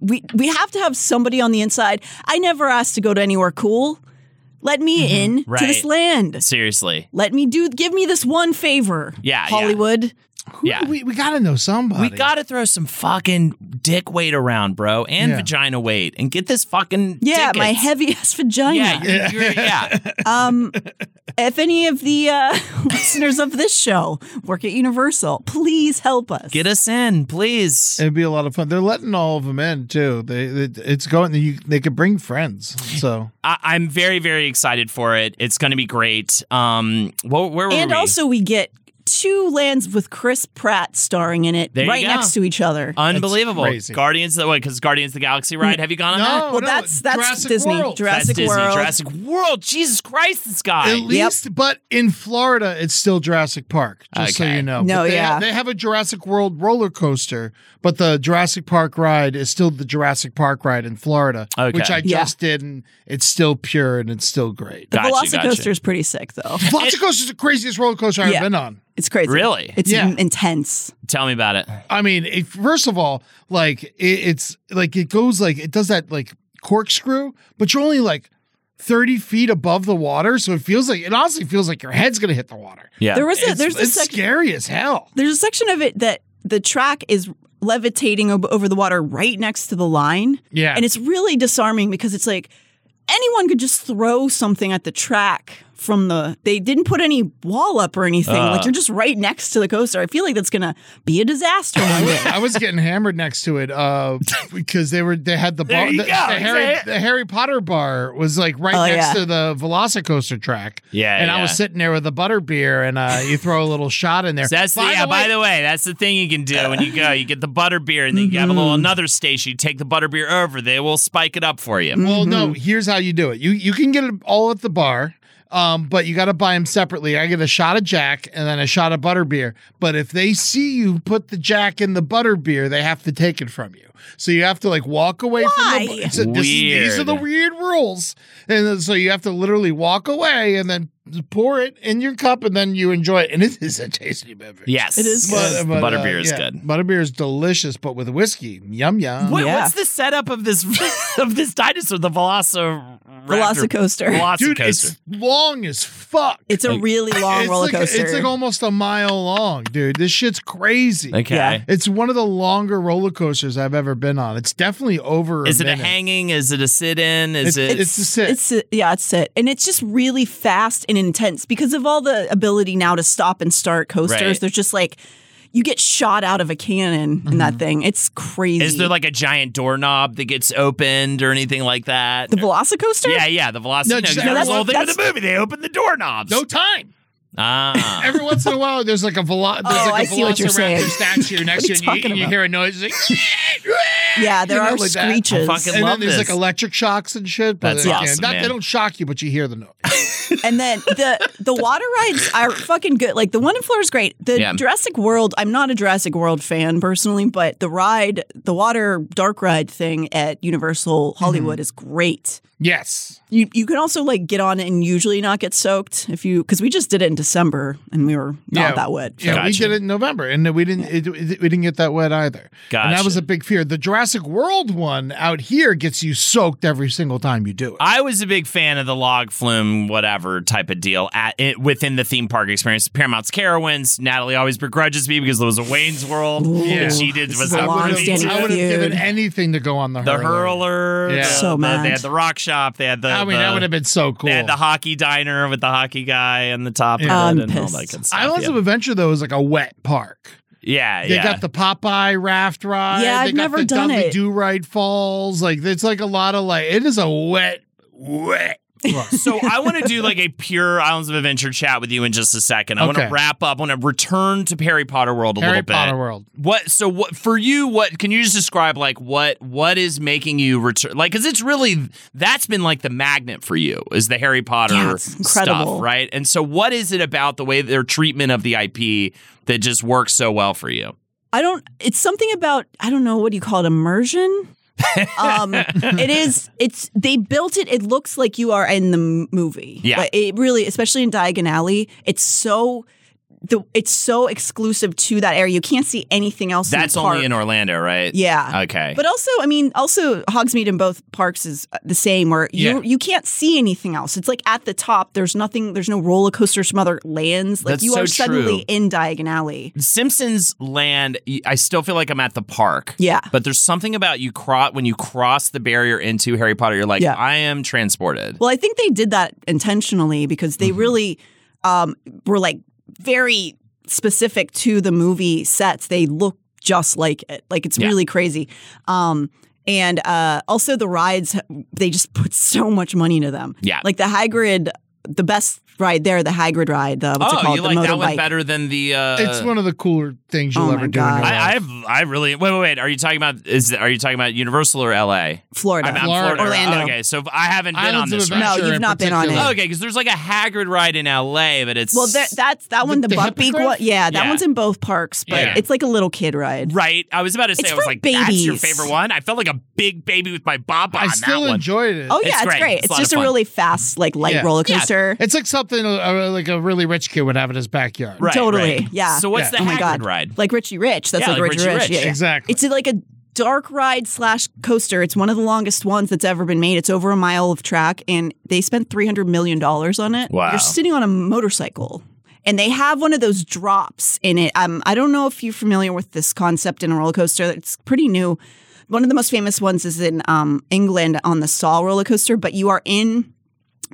S3: we we have to have somebody on the inside i never asked to go to anywhere cool let me in to
S1: Mm-hmm. Right.
S3: this land
S1: seriously.
S3: let me do give me this one favor
S1: Yeah, yeah.
S3: hollywood
S2: Who
S1: Yeah.
S2: do we we gotta know somebody.
S1: We got to throw some fucking dick weight around, bro, and
S2: Yeah.
S1: vagina weight, and get this fucking
S3: Yeah, my
S1: tickets.
S3: heavy ass vagina.
S1: Yeah, you're, you're- yeah.
S3: Um, if any of the uh, listeners of this show work at Universal, please help us.
S1: Get us in, please.
S2: It'd be a lot of fun. They're letting all of them in too. They, they it's going. You, they could bring friends. So
S1: I, I'm very, very excited for it. It's going to be great. Um, where, where were
S3: and
S1: we?
S3: also, we get two lands with Chris Pratt starring in it
S1: There you
S3: right
S1: go. Uh,
S3: next to each other.
S1: unbelievable
S2: That's crazy.
S1: Guardians of the because Guardians of the Galaxy ride. Have you gone on
S2: No,
S1: that?
S2: oh,
S3: Ah, well,
S2: no,
S3: that's that's
S2: Jurassic
S3: Disney,
S2: World.
S1: That's
S3: Jurassic
S1: Disney,
S3: World.
S1: Jurassic World. Jesus Christ, this guy.
S2: at least, but in Florida, it's still Jurassic Park. Just so
S1: Okay.
S2: you know.
S3: No,
S2: But they
S3: yeah.
S2: ha- they have a Jurassic World roller coaster, but the Jurassic Park ride is still the Jurassic Park ride in Florida,
S1: Okay.
S2: which I
S3: Yeah.
S2: just did, and it's still pure and it's still great.
S3: The
S1: Gotcha,
S3: Velocicoaster
S1: gotcha.
S3: is pretty sick, though.
S2: Velocicoaster's is the craziest roller coaster I've
S3: Yeah.
S2: been on.
S3: It's crazy.
S1: Really?
S3: It's
S2: Yeah.
S3: in- intense.
S1: Tell me about it.
S2: I mean, it, first of all, like it, it's like it goes like it does that like corkscrew, but you're only like thirty feet above the water, so it feels like it honestly feels like your head's gonna hit the water.
S1: Yeah.
S3: There was a,
S2: It's,
S3: there's a
S2: it's
S3: section.
S2: scary as hell.
S3: There's a section of it that the track is levitating ob- over the water right next to the line.
S2: Yeah.
S3: And it's really disarming because it's like anyone could just throw something at the track from the they didn't put any wall up or anything. like you're just right next to the coaster. I feel like that's going to be a disaster one day.
S2: I was getting hammered next to it uh, because they were they had the bar,
S1: you
S2: the,
S1: go,
S2: the Harry,
S1: see?
S2: the Harry Potter bar was like right
S3: Oh,
S2: next
S3: yeah.
S2: to the Velocicoaster track.
S1: Yeah,
S2: and I
S1: yeah.
S2: was sitting there with a butter beer, and uh, you throw a little shot in there.
S1: So that's the, yeah. by the way, that's the thing you can do when you go. You get the butter beer, and then you have a little another station. You take the butter beer over. They will spike it up for you.
S2: Well, no. Here's how you do it. You you can get it all at the bar, um, but you got to buy them separately. I get a shot of Jack and then a shot of butterbeer. But if they see you put the Jack in the butterbeer, they have to take it from you. So you have to like walk away
S3: Why?
S2: from the. bu- So this- these are the
S1: Weird.
S2: weird rules, and then- so you have to literally walk away and then pour it in your cup, and then you enjoy it. And it is a tasty beverage.
S1: Yes,
S3: It is
S1: But,
S3: good.
S1: the
S2: but,
S1: butter
S2: uh,
S1: beer is
S2: yeah,
S1: good.
S2: Butterbeer is delicious, but with whiskey, yum yum.
S1: What,
S3: Yeah.
S1: What's the setup of this of this dinosaur, the Velociraptor?
S3: Velocicoaster.
S1: Velocicoaster.
S2: Dude, it's long as fuck.
S3: It's a really long
S2: it's
S3: roller
S2: like
S3: coaster.
S2: it's like almost a mile long, dude. This shit's crazy.
S1: okay.
S3: Yeah.
S2: It's one of the longer roller coasters I've ever been on. It's definitely over.
S1: Is it a
S2: minute.
S1: hanging? Is it a sit in? Is
S2: It's-
S1: it?
S2: it's a sit.
S3: It's yeah, it's it, and it's just really fast and intense because of all the ability now to stop and start coasters.
S1: Right.
S3: There's just like you get shot out of a cannon in that thing. It's crazy.
S1: is there like a giant doorknob that gets opened or anything like that?
S3: the Velocicoaster?
S1: yeah, yeah, the velocity.
S2: No,
S1: No,
S2: just-
S1: that was the whole thing
S3: that's-
S1: of the movie. They opened the doorknobs.
S2: no time.
S1: ah,
S2: Every once in a while, there's like a velo- there's
S3: Oh,
S2: like a
S3: I see what you're saying.
S2: velociraptor statue next
S3: What are you
S2: to you, and you,
S3: talking
S2: and you
S3: about?
S2: hear a noise it's like,
S3: Yeah, there
S2: You know,
S3: are
S2: like that.
S3: screeches.
S1: I fucking
S2: and
S1: love
S2: then there's
S1: this.
S2: like electric shocks and shit. But
S1: That's
S2: again,
S1: awesome,
S2: not-
S1: man.
S2: They don't shock you, but you hear the noise.
S3: and then the the water rides are fucking good. Like the one in Florida is great. The
S1: Yeah.
S3: Jurassic World, I'm not a Jurassic World fan personally, but the ride, the water dark ride thing at Universal Hollywood is great.
S2: yes.
S3: You you can also like get on it and usually not get soaked if you because we just did it in December and we were not that wet.
S2: Yeah, we
S1: Gotcha.
S2: did it in November, and we didn't it, it- we didn't get that wet either. And that
S1: Gotcha.
S2: was a big fear. The Jurassic World one out here gets you soaked every single time you do it.
S1: I was a big fan of the log flume, whatever type of deal at it, within the theme park experience. Paramount's Carowinds. Natalie always begrudges me because there was a Wayne's World.
S2: Yeah.
S1: And she did
S3: This
S1: was
S3: is a
S1: that
S3: long
S1: movie
S3: standing
S1: too.
S2: I would have
S3: feud.
S2: given anything to go on the,
S1: the
S2: hurler.
S1: hurler.
S2: Yeah.
S1: the-
S2: So
S1: the-
S3: mad.
S1: They had the rock shop. They had the.
S2: I mean,
S1: the-
S2: that would have been so cool.
S1: They had the hockey diner with the hockey guy on the top
S2: Yeah.
S1: of
S3: I'm
S1: it and all that
S3: pissed.
S1: good stuff.
S2: Islands
S1: yeah.
S2: of Adventure though is like a wet park.
S1: yeah,
S2: They
S1: yeah.
S2: got the Popeye raft ride.
S3: Yeah,
S2: they
S3: I've
S2: got
S3: never
S2: the
S3: done
S2: Dudley
S3: it.
S2: Do Right Falls. Like it's like a lot of like it is a wet, wet. park.
S1: So I want to do like a pure Islands of Adventure chat with you in just a second. I want
S2: Okay.
S1: to wrap up. I want to return to Harry Potter World a
S2: Harry
S1: little bit.
S2: Potter World.
S1: What? So what for you? What can you just describe? Like what? What is making you return? Like because it's really that's been like the magnet for you is the Harry Potter
S3: Yeah, it's incredible.
S1: stuff, right? And so what is it about the way their treatment of the IP that just works so well for you?
S3: I don't. It's something about I don't know what do you call it immersion. um, it is. It's they built it. It looks like you are in the m- movie.
S1: Yeah.
S3: But it really, especially in Diagon Alley, it's so the it's so exclusive to that area. You can't see anything else.
S1: That's
S3: in the park.
S1: only in Orlando, right?
S3: Yeah.
S1: Okay.
S3: But also, I mean, also Hogsmeade in both parks is uh, the same, where
S2: Yeah.
S3: you you can't see anything else. It's like at the top, there's nothing, there's no roller coasters from other lands. Like
S1: That's
S3: you
S1: so
S3: are suddenly
S1: true.
S3: in Diagon Alley.
S1: Simpsons Land, y- I still feel like I'm at the park.
S3: Yeah.
S1: But there's something about you cro- when you cross the barrier into Harry Potter, you're like,
S3: Yeah.
S1: I am transported.
S3: Well, I think they did that intentionally because
S1: Mm-hmm.
S3: they really um, were like very specific to the movie sets. They look just like it. Like it's
S1: Yeah.
S3: really crazy. Um, and uh, also the rides, they just put so much money into them.
S1: Yeah.
S3: like the Hagrid, the best ride there, the Hagrid ride. The what's
S1: oh,
S3: it called?
S1: you
S3: the
S1: like that one
S3: motorbike.
S1: better than the. Uh,
S2: it's one of the cooler things you'll
S3: oh my
S2: ever do. In your
S3: God.
S2: life.
S1: I, I've, I really wait wait wait. Are you talking about is are you talking about Universal or L.A.
S3: Florida.
S1: I'm out in
S2: Florida.
S1: Florida.
S3: Orlando.
S1: Okay, so I haven't been
S2: Islands
S1: on
S2: of
S1: this.
S3: No,
S1: Ride.
S2: Adventure
S3: you've
S2: in
S3: not been on it.
S2: particular.
S3: No.
S1: Okay, because there's like a Hagrid ride in L.A., but it's
S3: Well, there, that's that one. The,
S2: the
S3: Buckbeak
S2: hippogriff?
S3: one. Yeah, that
S1: Yeah.
S3: one's in both parks, but
S1: Yeah.
S3: it's like a little kid ride.
S1: right. I was about to say,
S3: It's
S1: I was
S3: for
S1: like, that's your
S3: babies.
S1: favorite one. I felt like a big baby with my baba
S2: I
S1: on
S2: still
S1: that one.
S2: enjoyed it.
S3: Oh yeah,
S1: It's
S3: it's,
S1: great.
S3: great.
S1: It's
S3: It's,
S1: a lot
S3: just
S1: of
S3: a
S1: fun.
S3: really fast, like light
S2: Yeah.
S3: roller
S1: Yeah.
S3: coaster.
S2: It's like something uh, like a really rich kid would have in his backyard.
S1: Right,
S3: totally.
S1: right.
S3: Yeah.
S1: So what's
S2: Yeah.
S1: the
S3: oh my
S1: Hagrid
S3: God.
S1: ride?
S3: Like Richie Rich. That's
S1: Yeah,
S3: like,
S1: like
S3: Richie
S1: Richie
S3: Rich.
S1: Rich.
S3: Yeah, yeah.
S2: Exactly.
S3: It's like a dark ride slash coaster. It's one of the longest ones that's ever been made. It's over a mile of track, and they spent three hundred million dollars on it.
S1: Wow.
S3: You're sitting on a motorcycle. And they have one of those drops in it. Um, I don't know if you're familiar with this concept in a roller coaster. It's pretty new. One of the most famous ones is in um, England on the Saw roller coaster, but you are in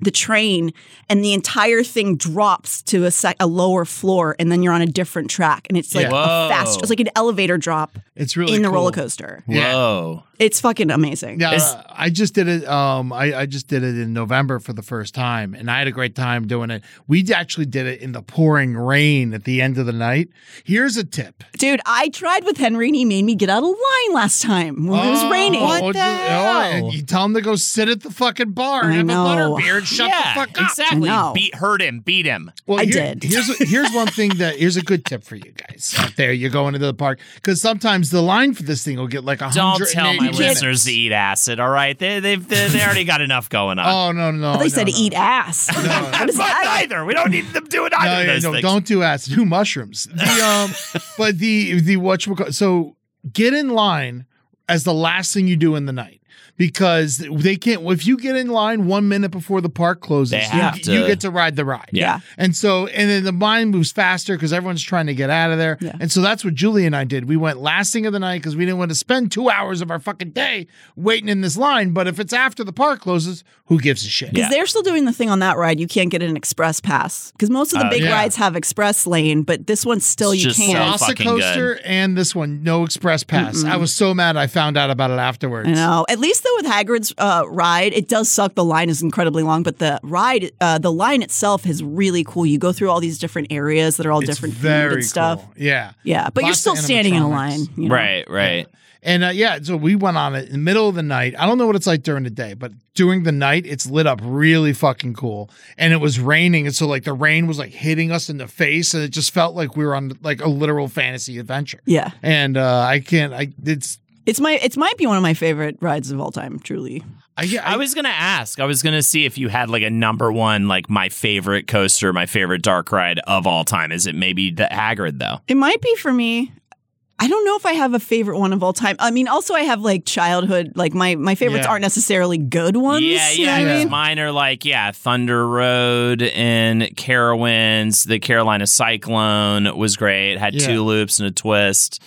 S3: the train and the entire thing drops to a, sec- a lower floor and then you're on a different track and it's like
S2: Yeah.
S1: Whoa.
S3: a fast it's like an elevator drop
S2: It's really
S3: in the
S2: cool.
S3: roller coaster
S2: Yeah.
S1: Whoa.
S3: it's fucking amazing
S2: Yeah,
S1: It's-
S2: uh, I just did it. Um, I, I just did it in November for the first time, and I had a great time doing it. We d- actually did it in the pouring rain at the end of the night. Here's a tip:
S3: dude i tried with henry and he made me get out of line last time when it was raining
S2: Oh, d- oh, and you tell him to go sit at the fucking bar and
S3: I
S2: have a butter
S3: know.
S2: beer and shut
S1: yeah,
S2: the fuck up.
S1: Exactly.
S3: No.
S1: Beat hurt him, beat him.
S2: Well,
S3: I
S2: here-
S3: did.
S2: Here's a- here's one thing that here's a good tip for you guys out there. You're going into the park because sometimes the line for this thing will get like a
S1: Don't
S2: hundred.
S1: tell my listeners to eat acid, all right? They they've they, they already got enough going on.
S2: Oh no no!
S3: they
S2: no,
S3: said
S2: no.
S3: eat ass What
S1: But
S3: is that?
S1: neither. We don't need them doing either
S2: No,
S1: of
S2: yeah,
S1: those
S2: no,
S1: things.
S2: don't do acid. Do mushrooms. The, um, but the the what so get in line as the last thing you do in the night because they can't. If you get in line one minute before the park closes,
S1: They
S2: you,
S1: have
S2: you
S1: to-
S2: get to ride the ride.
S1: Yeah.
S2: And so, and then the mind moves faster because everyone's trying to get out of there.
S3: Yeah.
S2: And so that's what Julie and I did. We went last thing of the night because we didn't want to spend two hours of our fucking day waiting in this line. But if it's after the park closes, who gives a shit?
S3: because they're still doing the thing on that ride you can't get an express pass because most of the
S1: Oh,
S3: big
S2: yeah.
S3: rides have express lane but this one still
S1: It's
S3: you
S1: just
S3: can't
S1: so-
S2: Salsa
S1: fucking
S2: coaster and this one, no express pass. I was so mad I found out about it afterwards.
S3: I know. At least though, with Hagrid's uh, ride, it does suck. The line is incredibly long, but the ride, uh, the line itself is really cool. You go through all these different areas that are all
S2: It's
S3: different themed
S2: very
S3: and stuff.
S2: cool. Yeah.
S3: Yeah, but you're
S2: Lots
S3: still
S2: of
S3: standing in a line.
S2: animatronics.
S3: you know?
S1: Right, right.
S2: And uh, yeah, so we went on it in the middle of the night. I don't know what it's like during the day, but during the night, it's lit up really fucking cool. And it was raining. And so, like, the rain was like hitting us in the face. And it just felt like we were on like a literal fantasy adventure.
S3: Yeah,
S2: And uh, I can't, I, it's,
S3: it's my it might be one of my favorite rides of all time. Truly,
S2: I, yeah,
S1: I was gonna ask. I was gonna see if you had like a number one, like my favorite coaster, my favorite dark ride of all time. Is it maybe the Hagrid though?
S3: it might be for me. I don't know if I have a favorite one of all time. I mean, also I have like childhood. Like my my favorites
S2: Yeah.
S3: aren't necessarily good ones.
S1: yeah,
S3: you know
S1: yeah.
S3: what I
S1: yeah.
S3: mean?
S1: Mine are like yeah, Thunder Road and Carowinds. The Carolina Cyclone was great. Had
S2: Yeah.
S1: two loops and a twist.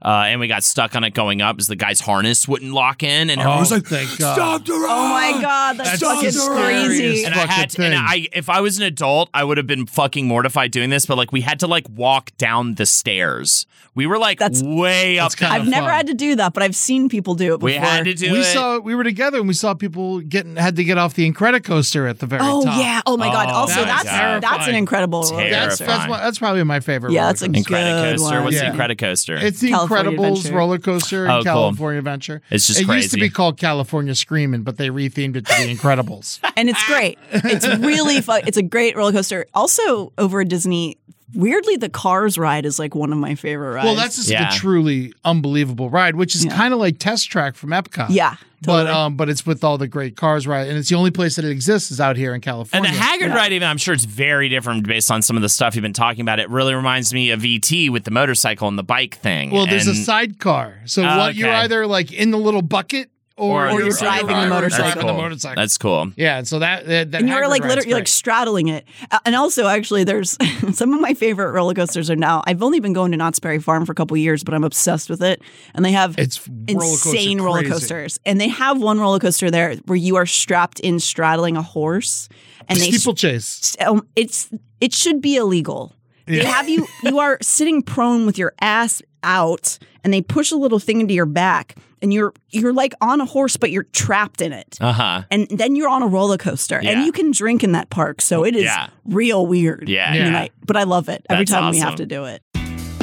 S1: Uh, and we got stuck on it going up because the guy's harness wouldn't lock in, and
S2: Oh,
S1: everyone was like,
S2: thank God.
S3: Oh my god, that's,
S2: That's the
S3: fucking
S2: scariest
S3: crazy.
S1: and I
S2: fucking
S1: had to, and
S2: thing.
S1: I if I was an adult, I would have been fucking mortified doing this, but like we had to like walk down the stairs. We were like
S3: That's-
S1: way up.
S2: That's kinda
S1: there.
S3: I've never
S2: fun.
S3: had to do that, but I've seen people do it before.
S1: we had to do
S2: we
S1: it.
S2: saw we were together and we saw people getting had to get off the Incredicoaster at the very
S3: Oh
S2: top.
S3: yeah! Oh my God!
S1: Oh,
S3: Also,
S1: my
S3: that's
S1: God.
S3: that's an incredible
S1: Terrifying.
S3: roller
S2: that's
S3: coaster.
S2: that's, one, that's probably my favorite.
S3: Yeah,
S2: roller
S3: that's a
S2: coaster.
S3: good
S1: Incredicoaster.
S3: one.
S1: What's
S2: Yeah.
S1: the Incredicoaster?
S2: It's the
S3: California
S2: Incredibles
S3: Adventure.
S2: roller coaster in
S1: Oh, cool.
S2: California Adventure.
S1: It's just
S2: it used to
S1: crazy.
S2: be called California Screaming, but they rethemed it to the Incredibles.
S3: and it's great. It's really fun. It's a great roller coaster. Also, over at Disney, Weirdly, the Cars ride is like one of my favorite rides.
S2: Well, that's just
S1: Yeah.
S2: a truly unbelievable ride, which is kind of like Test Track from Epcot.
S3: Yeah,
S2: But
S3: totally.
S2: um, but it's with all the great cars, right? And it's the only place that it exists is out here in
S1: And
S2: California.
S1: the Haggard ride, even I'm sure it's very different based on some of the stuff you've been talking about. It really reminds me of ET with the motorcycle and the bike thing.
S2: well, there's a
S1: And-
S2: sidecar, so
S1: Oh,
S2: what you're
S1: okay.
S2: either like in the little bucket or,
S3: Or you're driving the
S2: or you're
S3: motorcycle.
S2: driving the
S1: That's cool.
S2: motorcycle.
S1: That's cool.
S2: yeah, and so that, that, that
S3: and you're
S2: Haggard
S3: like
S2: ride's
S3: literally you're like
S2: great.
S3: straddling it. Uh, and also, actually, there's some of my favorite roller coasters are now. I've only been going to Knott's Berry Farm for a couple years, but I'm obsessed with it. And they have
S2: It's roller coaster
S3: insane roller
S2: crazy.
S3: coasters, and they have one roller coaster there where you are strapped in straddling a horse, and they
S2: steeplechase.
S3: um, it's it should be illegal. They
S2: Yeah.
S3: have you you are sitting prone with your ass out, and they push a little thing into your back, and you're you're like on a horse, but you're trapped in it,
S1: Uh huh.
S3: and then you're on a roller coaster,
S1: Yeah.
S3: and you can drink in that park, so it is
S1: Yeah.
S3: real weird.
S1: Yeah.
S3: I mean,
S1: Yeah.
S3: I- but I love it every
S1: That's
S3: time we
S1: awesome.
S3: have to do it.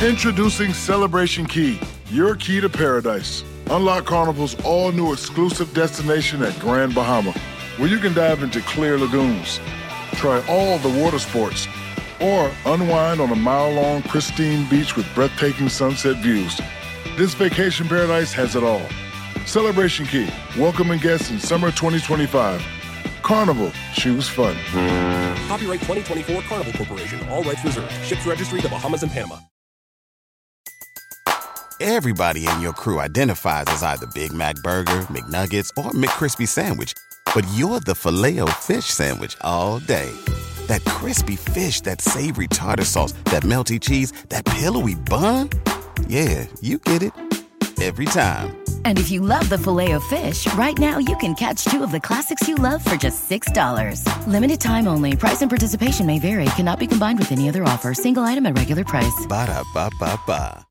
S4: Introducing Celebration Key, your key to paradise. Unlock Carnival's all new exclusive destination at Grand Bahama, where you can dive into clear lagoons, try all the water sports, or unwind on a mile long, pristine beach with breathtaking sunset views. This vacation paradise has it all. Celebration Key, welcoming guests in summer 2025. Carnival, choose fun.
S5: Copyright 2024 Carnival Corporation. All rights reserved. Ships registry: The Bahamas and Panama.
S6: Everybody in your crew identifies as either Big Mac Burger, McNuggets, or McCrispy Sandwich. But you're the filet fish Sandwich all day. That crispy fish, that savory tartar sauce, that melty cheese, that pillowy bun. Yeah, you get it. Every time.
S7: And if you love the filet of fish, right now you can catch two of the classics you love for just $6. Limited time only. Price and participation may vary. Cannot be combined with any other offer. Single item at regular price.
S6: Ba-da-ba-ba-ba.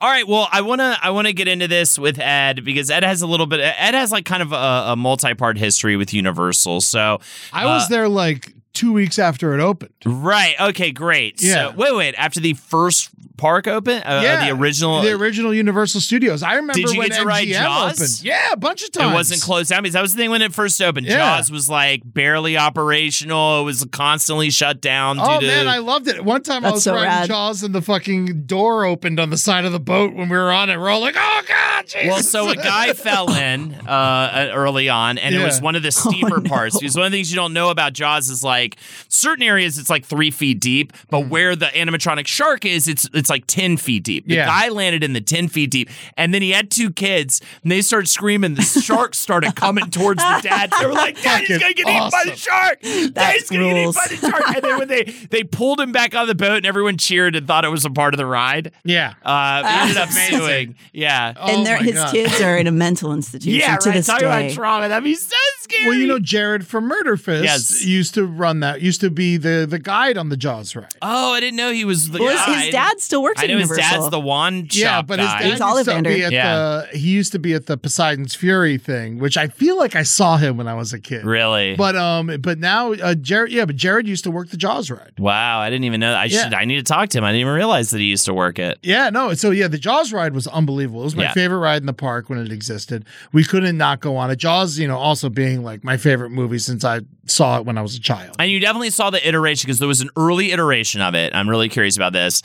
S1: All right. Well, I wanna I wanna get into this with Ed because Ed has a little bit. Ed has like kind of a, a multi part history with Universal. So
S2: I was
S1: uh,
S2: there like two weeks after it opened.
S1: right. Okay. Great.
S2: Yeah.
S1: So, wait. Wait. After the first park open, uh, the original.
S2: the original Universal Studios. I remember
S1: Did you
S2: when
S1: get to
S2: MGM
S1: ride Jaws?
S2: opened. Yeah, a bunch of times.
S1: It wasn't closed down because that was the thing when it first opened.
S2: Yeah.
S1: Jaws was like barely operational. It was constantly shut down.
S2: Oh
S1: due to,
S2: man, I loved it. One time I
S3: That's
S2: was
S3: so
S2: riding
S3: rad.
S2: Jaws and the fucking door opened on the side of the boat when we were on it. We're all like, "Oh god, Jesus!"
S1: Well, so a guy fell in uh, early on, and it
S2: Yeah. Oh,
S1: was one of the steeper parts. Because one of the things you don't know about Jaws is like certain areas it's like three feet deep, but
S2: Mm.
S1: where the animatronic shark is, it's it's like ten feet deep. The
S2: Yeah.
S1: guy landed in the ten feet deep, and then he had two kids, and they started screaming. The shark started coming towards the dad. They were like, "Dad, he's
S2: Fucking
S1: gonna get eaten by the
S2: awesome.
S1: shark! Dad, he's gonna get eaten by the
S3: rules.
S1: shark!" And then when they they pulled him back on the boat, and everyone cheered and thought it was a part of the ride.
S2: yeah.
S1: Uh, he ended up
S2: amazing.
S1: suing. Yeah.
S2: Oh,
S3: and they're,
S2: my
S3: his
S2: God.
S3: kids are in a mental institution
S1: Yeah,
S3: to
S1: right.
S3: this
S1: Talking
S3: day.
S1: about trauma, that'd be so scary.
S2: Well, you know, Jared from Murder Fist
S1: Yes.
S2: used to run that. Used to be the the guide on the Jaws ride.
S1: oh, I didn't know he was the
S3: Well, his-
S1: guy.
S3: his dad still works
S1: I
S3: at
S1: know his
S3: Universal.
S1: dad's the wand
S2: Yeah,
S1: shop
S2: but his
S1: guy.
S3: He's
S2: dad used to be
S3: Ollivander.
S2: at
S1: Yeah.
S2: the he used to be at the Poseidon's Fury thing, which I feel like I saw him when I was a kid.
S1: really?
S2: But um, but now uh, Jared, yeah, but Jared used to work the Jaws ride.
S1: wow, I didn't even know. I
S2: Yeah.
S1: should. I need to talk to him. I didn't even realize that he used to work it.
S2: Yeah, no, so yeah, the Jaws ride was unbelievable. It was my
S1: Yeah.
S2: favorite ride in the park when it existed. We couldn't not go on it. Jaws, you know, also being like my favorite movie since I saw it when I was a child.
S1: And you definitely saw the iteration because there was an early iteration of it. I'm really curious about this,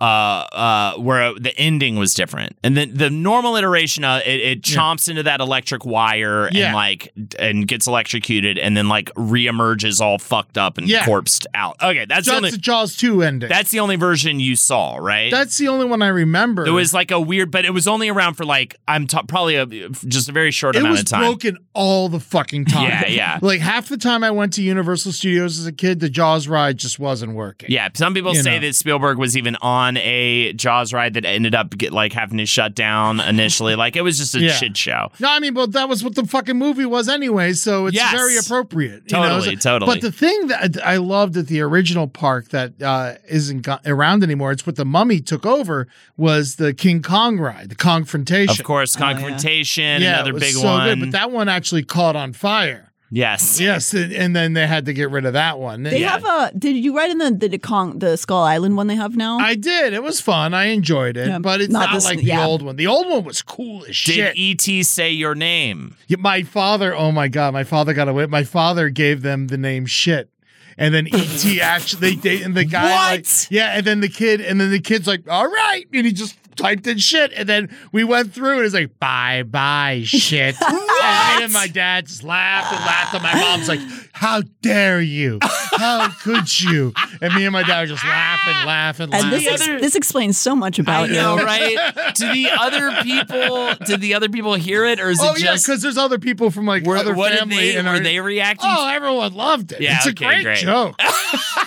S1: uh, uh, where the ending was different, and then the normal iteration uh, it, it chomps into that electric wire
S2: Yeah.
S1: and like and gets electrocuted, and then like reemerges all fucked up and
S2: Yeah.
S1: corpsed out. Okay, that's the
S2: Jaws,
S1: only,
S2: the Jaws two ending.
S1: That's the only version you saw, right?
S2: That's the only one I remember.
S1: it was like a weird, but it was only around for like I'm t- probably a, just a very short
S2: it
S1: amount
S2: was
S1: of time.
S2: broken all the fucking time.
S1: Yeah, yeah.
S2: Like half the time I went to Universal Studios as a kid, the Jaws ride just wasn't working.
S1: Yeah, some people
S2: You
S1: say
S2: know.
S1: that Spielberg was even on a Jaws ride that ended up get, like having to shut down initially. Like it was just a
S2: Yeah.
S1: shit show.
S2: No, I mean, but that was what the fucking movie was anyway, so it's
S1: Yes.
S2: very appropriate. you know?
S1: Totally, totally.
S2: But the thing that I loved at the original park that uh, isn't go- around anymore, it's what the mummy took over, was the King Kong ride, the Confrontation.
S1: Of course, confrontation,
S2: Oh, Yeah, it
S1: another
S2: was
S1: big
S2: so
S1: one.
S2: Good, but that one actually caught on fire.
S1: yes.
S2: Yes, and, and then they had to get rid of that one.
S3: They
S1: Yeah.
S3: have a. Did you ride in the the Kong the Skull Island one they have now?
S2: I did. It was fun. I enjoyed it,
S3: Yeah,
S2: but it's
S3: not
S2: not,
S3: this-
S2: like
S3: yeah.
S2: the old one. The old one was cool as
S1: Did
S2: shit.
S1: E.T. say your name?
S2: Yeah, My father, oh my God, my father got away. My father gave them the name shit. and then ET actually they, they and the guy like
S1: What?
S2: yeah, and then the kid and then the kid's like, all right, and he just typed in shit, and then we went through and it's like bye bye shit. and then my dad just laughed and laughed, and my mom's like, how dare you? How could you? And me and my dad were just laughing, laughing, laughing.
S3: And this ex-
S1: other-
S3: this explains so much
S1: I
S3: about
S1: know,
S3: you.
S1: right? Did the other people? Did the other people hear it, or is
S2: Oh
S1: it
S2: yeah,
S1: just?
S2: because there's other people from like
S1: were,
S2: other
S1: what did
S2: family
S1: they?
S2: and
S1: were
S2: our-
S1: they reacting?
S2: Oh, everyone loved it.
S1: Yeah,
S2: it's a
S1: okay,
S2: great,
S1: great.
S2: joke.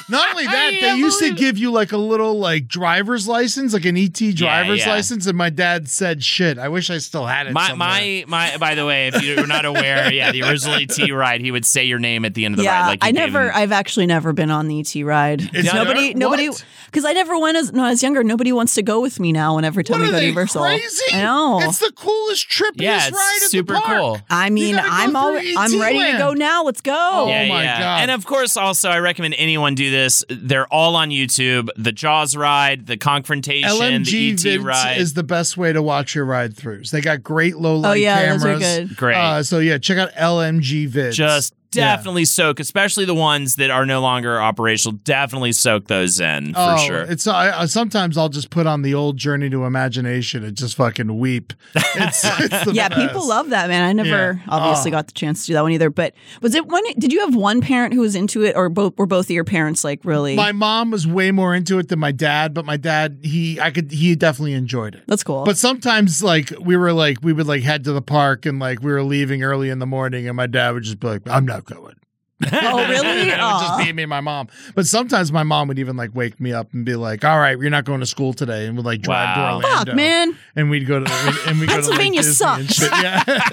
S2: Not only that, they used to give you like a little like driver's license, like an ET driver's
S1: yeah.
S2: license, and my dad said, "Shit, I wish I still had it."
S1: my
S2: somewhere."
S1: my my. By the way, if you're not aware, yeah, the original ET ride, he would say your name at the end of the ride.
S3: Yeah,
S1: Like you
S3: I
S1: gave
S3: never.
S1: him-
S3: I've actually never been on the ET ride.
S2: It's
S3: nobody,
S2: never-
S3: nobody,
S2: what?
S3: because I never went as when I was younger. Nobody wants to go with me now. Whenever time
S2: what
S3: we
S2: are
S3: go to
S2: they
S3: Universal,
S2: crazy?
S3: I know.
S2: It's the coolest, trippiest
S1: yeah,
S2: ride
S1: it's
S2: in
S1: super
S2: the park.
S1: cool.
S3: I mean,
S2: gotta go
S3: I'm
S2: through
S3: all, I'm
S2: ET
S3: ready to
S2: land.
S3: go now. Let's go.
S2: Yeah. Oh my God.
S1: And of course, also I recommend anyone do this. They're all on YouTube. The Jaws ride, the confrontation,
S2: LMG
S1: the ET
S2: Vince
S1: E ride.
S2: is the best way to watch your ride throughs. They got great low light
S3: Oh yeah,
S2: cameras.
S3: those are good.
S1: Great.
S2: Uh, so yeah, check out LMG Vids.
S1: just
S2: Yeah.
S1: definitely soak, especially the ones that are no longer operational. Definitely soak those in for
S2: oh,
S1: sure.
S2: It's I, I, sometimes I'll just put on the old Journey to Imagination and just fucking weep. It's, it's the
S3: Yeah,
S2: best.
S3: people love that man. I never
S2: Yeah.
S3: obviously
S2: Oh.
S3: got the chance to do that one either. But was it one? Did you have one parent who was into it, or both? Were both of your parents like really?
S2: My mom was way more into it than my dad, but my dad he I could he definitely enjoyed it.
S3: That's cool.
S2: But sometimes like we were like we would like head to the park and like we were leaving early in the morning and my dad would just be like I'm not going.
S3: oh really?
S2: It would just
S3: Aw.
S2: be me and my mom. But sometimes my mom would even like wake me up and be like, "All right, you're not going to school today," and would like
S1: Wow.
S2: drive to Orlando.
S3: Fuck, man.
S2: And we'd go to and we go to like,
S3: Pennsylvania
S2: Disney and
S3: sucks.
S2: shit. Yeah.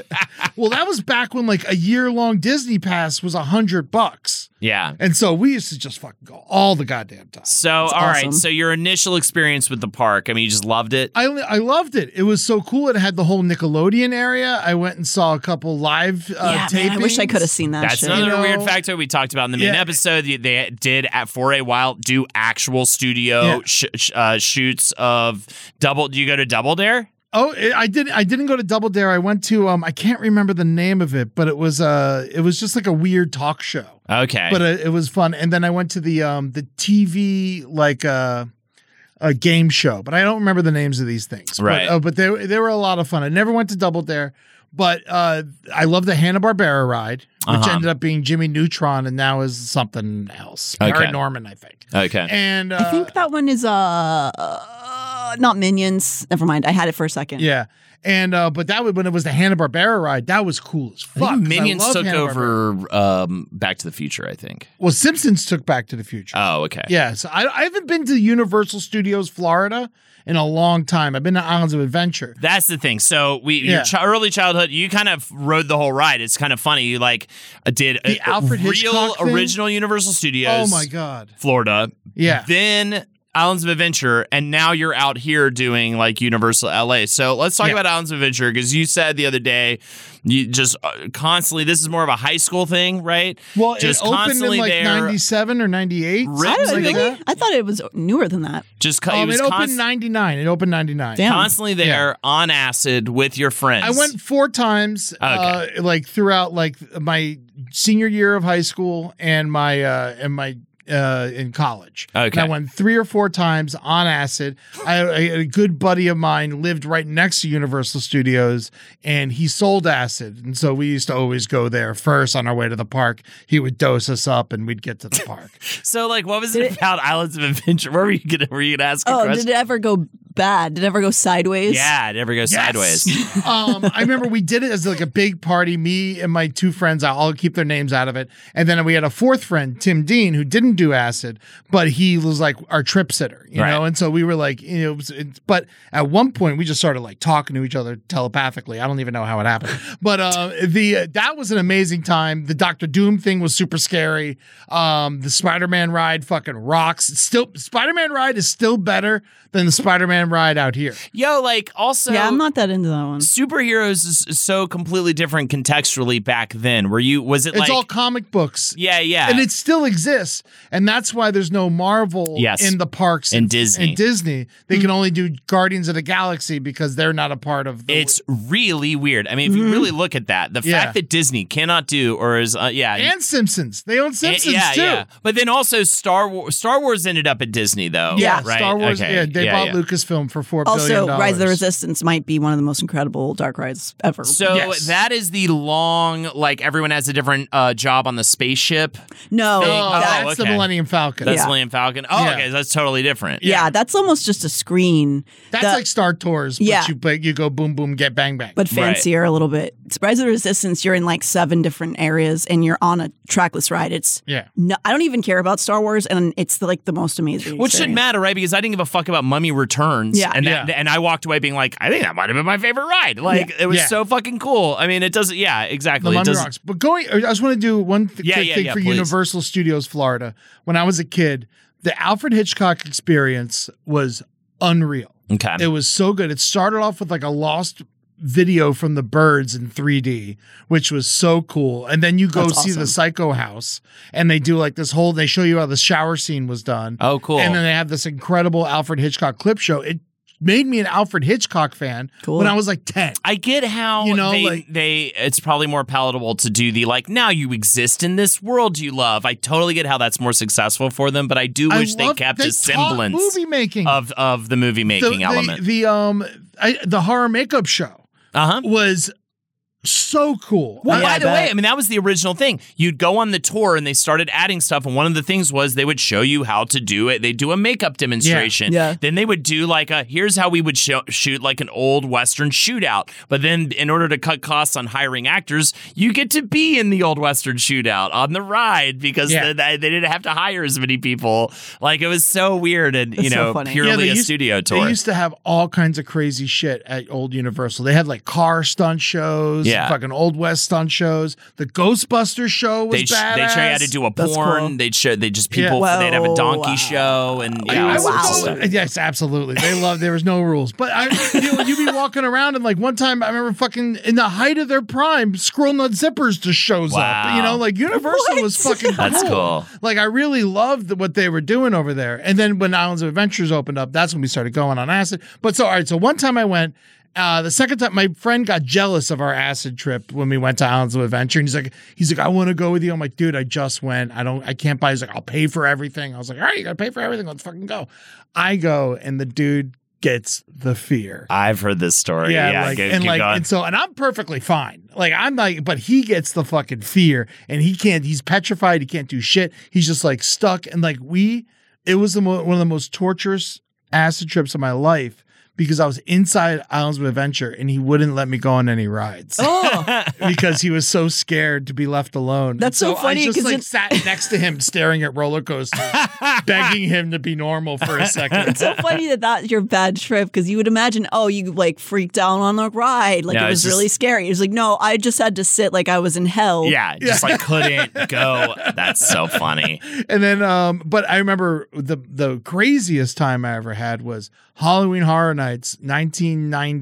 S2: well, that was back when like a year long Disney pass was a hundred bucks,
S1: yeah.
S2: and so we used to just fucking go all the goddamn time.
S1: So, all right.
S3: awesome.
S1: So, your initial experience with the park, I mean, you just loved it.
S2: I, I loved it. It was so cool. It had the whole Nickelodeon area. I went and saw a couple live uh,
S3: yeah, man, I wish I
S2: tapings.
S3: could have seen that.
S1: That's
S3: shit.
S1: another
S2: You know-
S1: weird factor we talked about in the main
S2: Yeah.
S1: episode. They- They did at for a while do actual studio
S2: Yeah.
S1: sh- sh- uh, shoots of double. Do you go to Double Dare?
S2: Oh, it, I did. I didn't go to Double Dare. I went to um. I can't remember the name of it, but it was uh. It was just like a weird talk show,
S1: Okay,
S2: but uh, it was fun. And then I went to the um the TV like uh. A game show, but I don't remember the names of these things.
S1: Right.
S2: But, uh, but they they were a lot of fun. I never went to Double Dare, but uh, I love the Hanna Barbera ride, which
S1: Uh-huh.
S2: ended up being Jimmy Neutron, and now is something else.
S1: Okay.
S2: Paranorman, I think.
S1: okay.
S2: And uh,
S3: I think that one is uh, uh not minions. Never mind. I had it for a second.
S2: Yeah. And uh but that was when it was the Hanna Barbera ride, that was cool as
S1: I think
S2: fuck. 'cause I
S1: Minions
S2: love
S1: took
S2: Hanna-Barbera.
S1: over um, Back to the Future, I think.
S2: Well, Simpsons took Back to the Future.
S1: Oh, okay.
S2: yeah, so I, I haven't been to Universal Studios Florida in a long time. I've been to Islands of Adventure.
S1: That's the thing. So we
S2: Yeah.
S1: your chi- early childhood, you kind of rode the whole ride. It's kind of funny. You like uh, did
S2: The Alfred
S1: real
S2: Hitchcock thing?
S1: original Universal Studios,
S2: Oh my god.
S1: Florida.
S2: Yeah.
S1: Then Islands of Adventure, and now you're out here doing like Universal LA. So let's talk
S2: Yeah.
S1: about Islands of Adventure because you said the other day, you just uh, constantly. This is more of a high school thing, right?
S2: Well,
S1: just
S2: it opened in
S1: constantly
S2: like
S1: there.
S2: 97 or 98.
S1: Really?
S3: I, don't,
S2: something like
S3: Oh, really?
S2: that.
S3: I thought it was newer than that.
S1: Just co- it
S2: Um,
S1: was
S2: it opened
S1: const-
S2: 99. It opened 99.
S3: Damn.
S1: constantly there on acid with your friends.
S2: I went four times, uh, like throughout like my senior year of high school and my uh, and my uh, in college.
S1: Okay.
S2: and I went three or four times on acid. I, I a good buddy of mine lived right next to Universal Studios, and he sold acid, and so we used to always go there first on our way to the park. He would dose us up, and we'd get to the park.
S1: So, like, what was it about Islands of Adventure? Where were you gonna were you gonna ask a
S3: Oh,
S1: question?
S3: did it ever go bad? Did it ever go sideways?
S1: yeah, it never goes sideways.
S2: um, I remember we did it as like a big party. Me and my two friends, I'll keep their names out of it. And then we had a fourth friend, Tim Dean, who didn't do acid, but he was like our trip sitter, you
S1: Right.
S2: know? And so we were like, you know, it was, it, but at one point we just started like talking to each other telepathically. I don't even know how it happened, but uh, the uh, that was an amazing time. The Doctor Doom thing was super scary. Um, the Spider Man ride fucking rocks. It's still Spider Man ride is still better than the Spider Man time ride out here.
S1: Yo, like also
S3: yeah, I'm not that into that one.
S1: superheroes is is so completely different contextually back then. Were you was it
S2: It's
S1: like
S2: all comic books.
S1: Yeah, yeah.
S2: And it still exists. And that's why there's no Marvel
S1: Yes.
S2: in the parks
S1: And Disney.
S2: And Disney. They
S3: Hmm.
S2: can only do Guardians of the Galaxy because they're not a part of the
S1: it's really weird. I mean, if you really look at that, the
S2: Mm-hmm. Yeah.
S1: fact that Disney cannot do or is uh, yeah,
S2: and Simpsons. They own
S1: Eh,
S2: Simpsons
S1: yeah,
S2: too.
S1: yeah. But then also Star Wars Star Wars ended up at Disney though.
S3: Yeah.
S1: right?
S2: Star Wars.
S1: Okay.
S2: Yeah, they bought
S1: yeah.
S2: Lucasfilm for four billion
S3: Also,
S2: dollars.
S3: Rise of the Resistance might be one of the most incredible dark rides ever.
S1: So
S2: Yes.
S1: that is the long, like everyone has a different uh, job on the spaceship.
S3: no,
S1: Oh,
S3: that-
S2: That's the
S1: okay.
S2: Millennium Falcon.
S1: That's
S3: Yeah.
S1: Liam Falcon. Oh,
S2: Yeah.
S1: okay, that's totally different.
S3: yeah. that's almost just a screen.
S2: That's
S3: The-
S2: like Star Tours. but
S3: Yeah.
S2: you play, you go boom, boom, get bang, bang.
S3: but
S1: Right.
S3: fancier a little bit. Rise of the Resistance, you're in like seven different areas and you're on a trackless ride. It's
S2: yeah,
S3: no, I don't even care about Star Wars, and it's the, like the most amazing.
S1: Which shouldn't
S3: experience.
S1: matter, right? Because I didn't give a fuck about Mummy Returns.
S3: Yeah.
S1: And that,
S2: Yeah.
S1: and I walked away being like, I think that might have been my favorite ride. Like it was
S2: Yeah.
S1: so fucking cool. I mean, it doesn't. Yeah, exactly.
S2: the
S1: it
S2: Mummy
S1: doesn't.
S2: Rocks. But going, I just want to do one th-
S1: Yeah,
S2: quick
S1: yeah,
S2: thing
S1: yeah,
S2: for
S1: please.
S2: Universal Studios Florida. When I was a kid, the Alfred Hitchcock experience was unreal.
S1: Okay.
S2: It was so good. It started off with like a lost video from the birds in 3D, which was so cool. And then you go
S3: That's
S2: see
S3: awesome.
S2: the Psycho House and they do like this whole they show you how the shower scene was done.
S1: Oh, cool.
S2: And then they have this incredible Alfred Hitchcock clip show. It made me an Alfred Hitchcock fan
S3: Cool.
S2: when I was like 10.
S1: I get how
S2: You know,
S1: they,
S2: like-
S1: they it's probably more palatable to do the like now you exist in this world you love. I totally get how that's more successful for them, but I do
S2: I
S1: wish they
S2: love-
S1: kept
S2: they
S1: a
S2: taught
S1: semblance
S2: movie making.
S1: of of the movie making
S2: the,
S1: element.
S2: The, um I, the horror makeup show
S1: Uh huh.
S2: was so cool.
S1: Well,
S3: Yeah,
S1: by
S3: I
S1: the way,
S3: bet.
S1: I mean that was the original thing. You'd go on the tour, and they started adding stuff. And one of the things was they would show you how to do it. They would do a makeup demonstration.
S3: Yeah.
S1: Then they would do like a here's how we would show, shoot like an old western shootout. But then in order to cut costs on hiring actors, you get to be in the old western shootout on the ride because
S2: Yeah.
S1: the- they, they didn't have to hire as many people. Like it was so weird and you
S3: That's so
S1: know
S3: funny.
S1: purely
S2: they
S1: a
S2: used-
S1: studio tour.
S2: They used to have all kinds of crazy shit at Old Universal. They had like car stunt shows,
S1: Yeah.
S2: fucking Old West stunt shows. The Ghostbuster show was
S1: They'd, sh-
S2: badass.
S1: they'd show you how to do a
S3: That's
S1: porn.
S3: cool.
S1: They'd show they just
S2: Yeah.
S1: people. They'd have a
S3: Whoa.
S1: donkey show and
S2: I-
S1: yeah,
S2: I
S1: all
S2: would
S1: sorts of
S3: wow.
S1: stuff.
S2: go- yes, absolutely. They love there was no rules, but I you know, you'd be walking around and like one time I remember fucking in the height of their prime, Squirrel Nut Zippers just shows up.
S1: Wow.
S2: You know, like Universal
S3: What?
S2: was fucking.
S1: That's cool.
S2: Like I really loved what they were doing over there. And then when Islands of Adventures opened up, that's when we started going on acid. But so all right, so one time I went. Uh, the second time, my friend got jealous of our acid trip when we went to Islands of Adventure, and he's like, "He's like, I want to go with you." I'm like, "Dude, I just went. I don't, I can't buy." He's like, "I'll pay for everything." I was like, "All right, you gotta pay for everything. Let's fucking go." I go, and the dude gets the fear.
S1: I've heard this story. Yeah,
S2: Yeah, like,
S1: go-
S2: and
S1: keep
S2: like,
S1: going.
S2: and so, and I'm perfectly fine. Like, I'm like, but he gets the fucking fear, and he can't. He's petrified. He can't do shit. He's just like stuck. And like, we, it was the mo- one of the most torturous acid trips of my life because I was inside Islands of Adventure, and he wouldn't let me go on any rides
S3: Oh,
S2: because he was so scared to be left alone. And
S3: That's so funny
S2: I just
S3: 'cause
S2: like
S3: it-
S2: sat next to him, staring at roller coasters, begging him to be normal for a second.
S3: it's so funny that that's your bad trip because you would imagine, oh, you like freaked out on the ride, like
S1: No,
S3: it was
S1: it's just-
S3: really scary. It was like, no, I just had to sit like I was in hell.
S1: yeah, just like couldn't go. That's so funny.
S2: and then um but i remember the the craziest time i ever had was halloween horror nights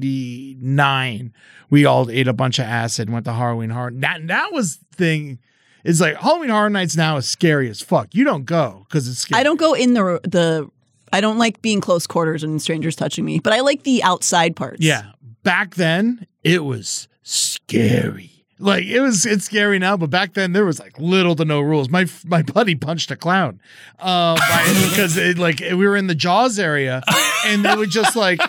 S2: 1999 we all ate a bunch of acid and went to halloween horror that that was thing is like halloween horror nights now is scary as fuck you don't go because it's scary
S3: I don't go in the the. I don't like being close quarters and strangers touching me, but I like the outside parts.
S2: yeah back then it was scary like it was it's scary now but back then there was like little to no rules my my buddy punched a clown uh, by- because it, like we were in the Jaws area, and they would just like,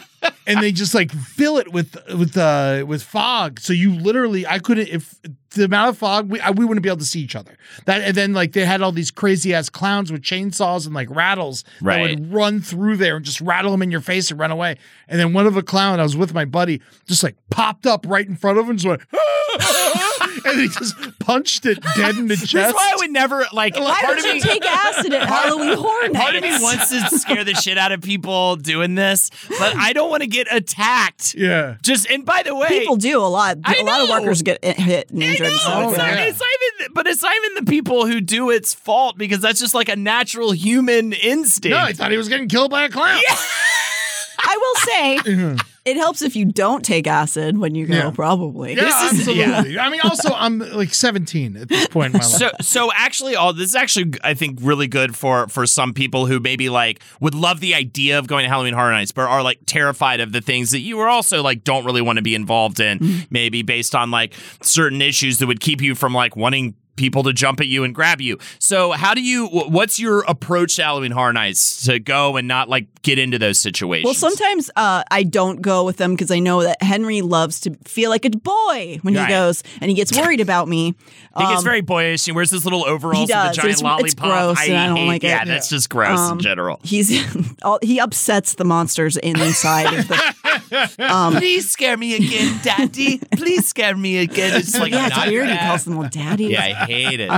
S2: and they just like fill it with with uh with fog. So you literally, I couldn't if the amount of fog we I, we wouldn't be able to see each other. That and then like they had all these crazy ass clowns with chainsaws and like rattles
S1: Right.
S2: that would run through there and just rattle them in your face and run away. And then one of a clown I was with my buddy just like popped up right in front of him and just went. "Ah!" and he just punched it dead in the chest.
S1: That's why I would never like.
S3: Why
S1: part
S3: would
S1: of
S3: you
S1: me,
S3: take acid at Halloween Horror Nights?
S1: part of me wants to scare the shit out of people doing this, but I don't want to get attacked.
S2: yeah.
S1: Just and by the way,
S3: People do a lot.
S1: I
S3: A lot of
S1: know.
S3: workers get hit and
S1: I
S3: injured. and stuff
S1: know.
S3: like
S2: Oh,
S1: it's
S3: that.
S1: not,
S2: yeah.
S1: it's not even, but it's not even the people who do its fault because that's just like a natural human instinct.
S2: No, I thought he was getting killed by a clown.
S3: I will say it helps if you don't take acid when you go.
S2: Yeah.
S3: Probably.
S2: Yeah,
S3: This is-
S2: absolutely. I mean, also, I'm like 17 at this point in my life.
S1: So, so actually, all this is actually, I think, really good for for some people who maybe like would love the idea of going to Halloween Horror Nights, but are like terrified of the things that you were also like don't really want to be involved
S3: Mm-hmm.
S1: in, maybe based on like certain issues that would keep you from like wanting people to jump at you and grab you. So, how do you? wh- What's your approach to Halloween Horror Nights to go and not like get into those situations?
S3: Well, sometimes uh, I don't go with them because I know that Henry loves to feel like a boy when
S1: Right.
S3: he goes, and he gets worried about me.
S1: He gets very boyish. He wears this little overalls
S3: um, he
S1: with a
S3: does.
S1: giant
S3: It's- it's
S1: lollipop.
S3: gross, and I don't
S1: hate-
S3: like it.
S1: Yeah, that's just gross in
S3: Um,
S1: general.
S3: He's all, he upsets the monsters in inside of the Um,
S1: Please scare me again, Daddy. Please scare me again. It's like
S3: yeah,
S1: not
S3: it's weird. Um, He
S1: bad.
S3: calls them little daddy.
S1: Yeah, I hate it.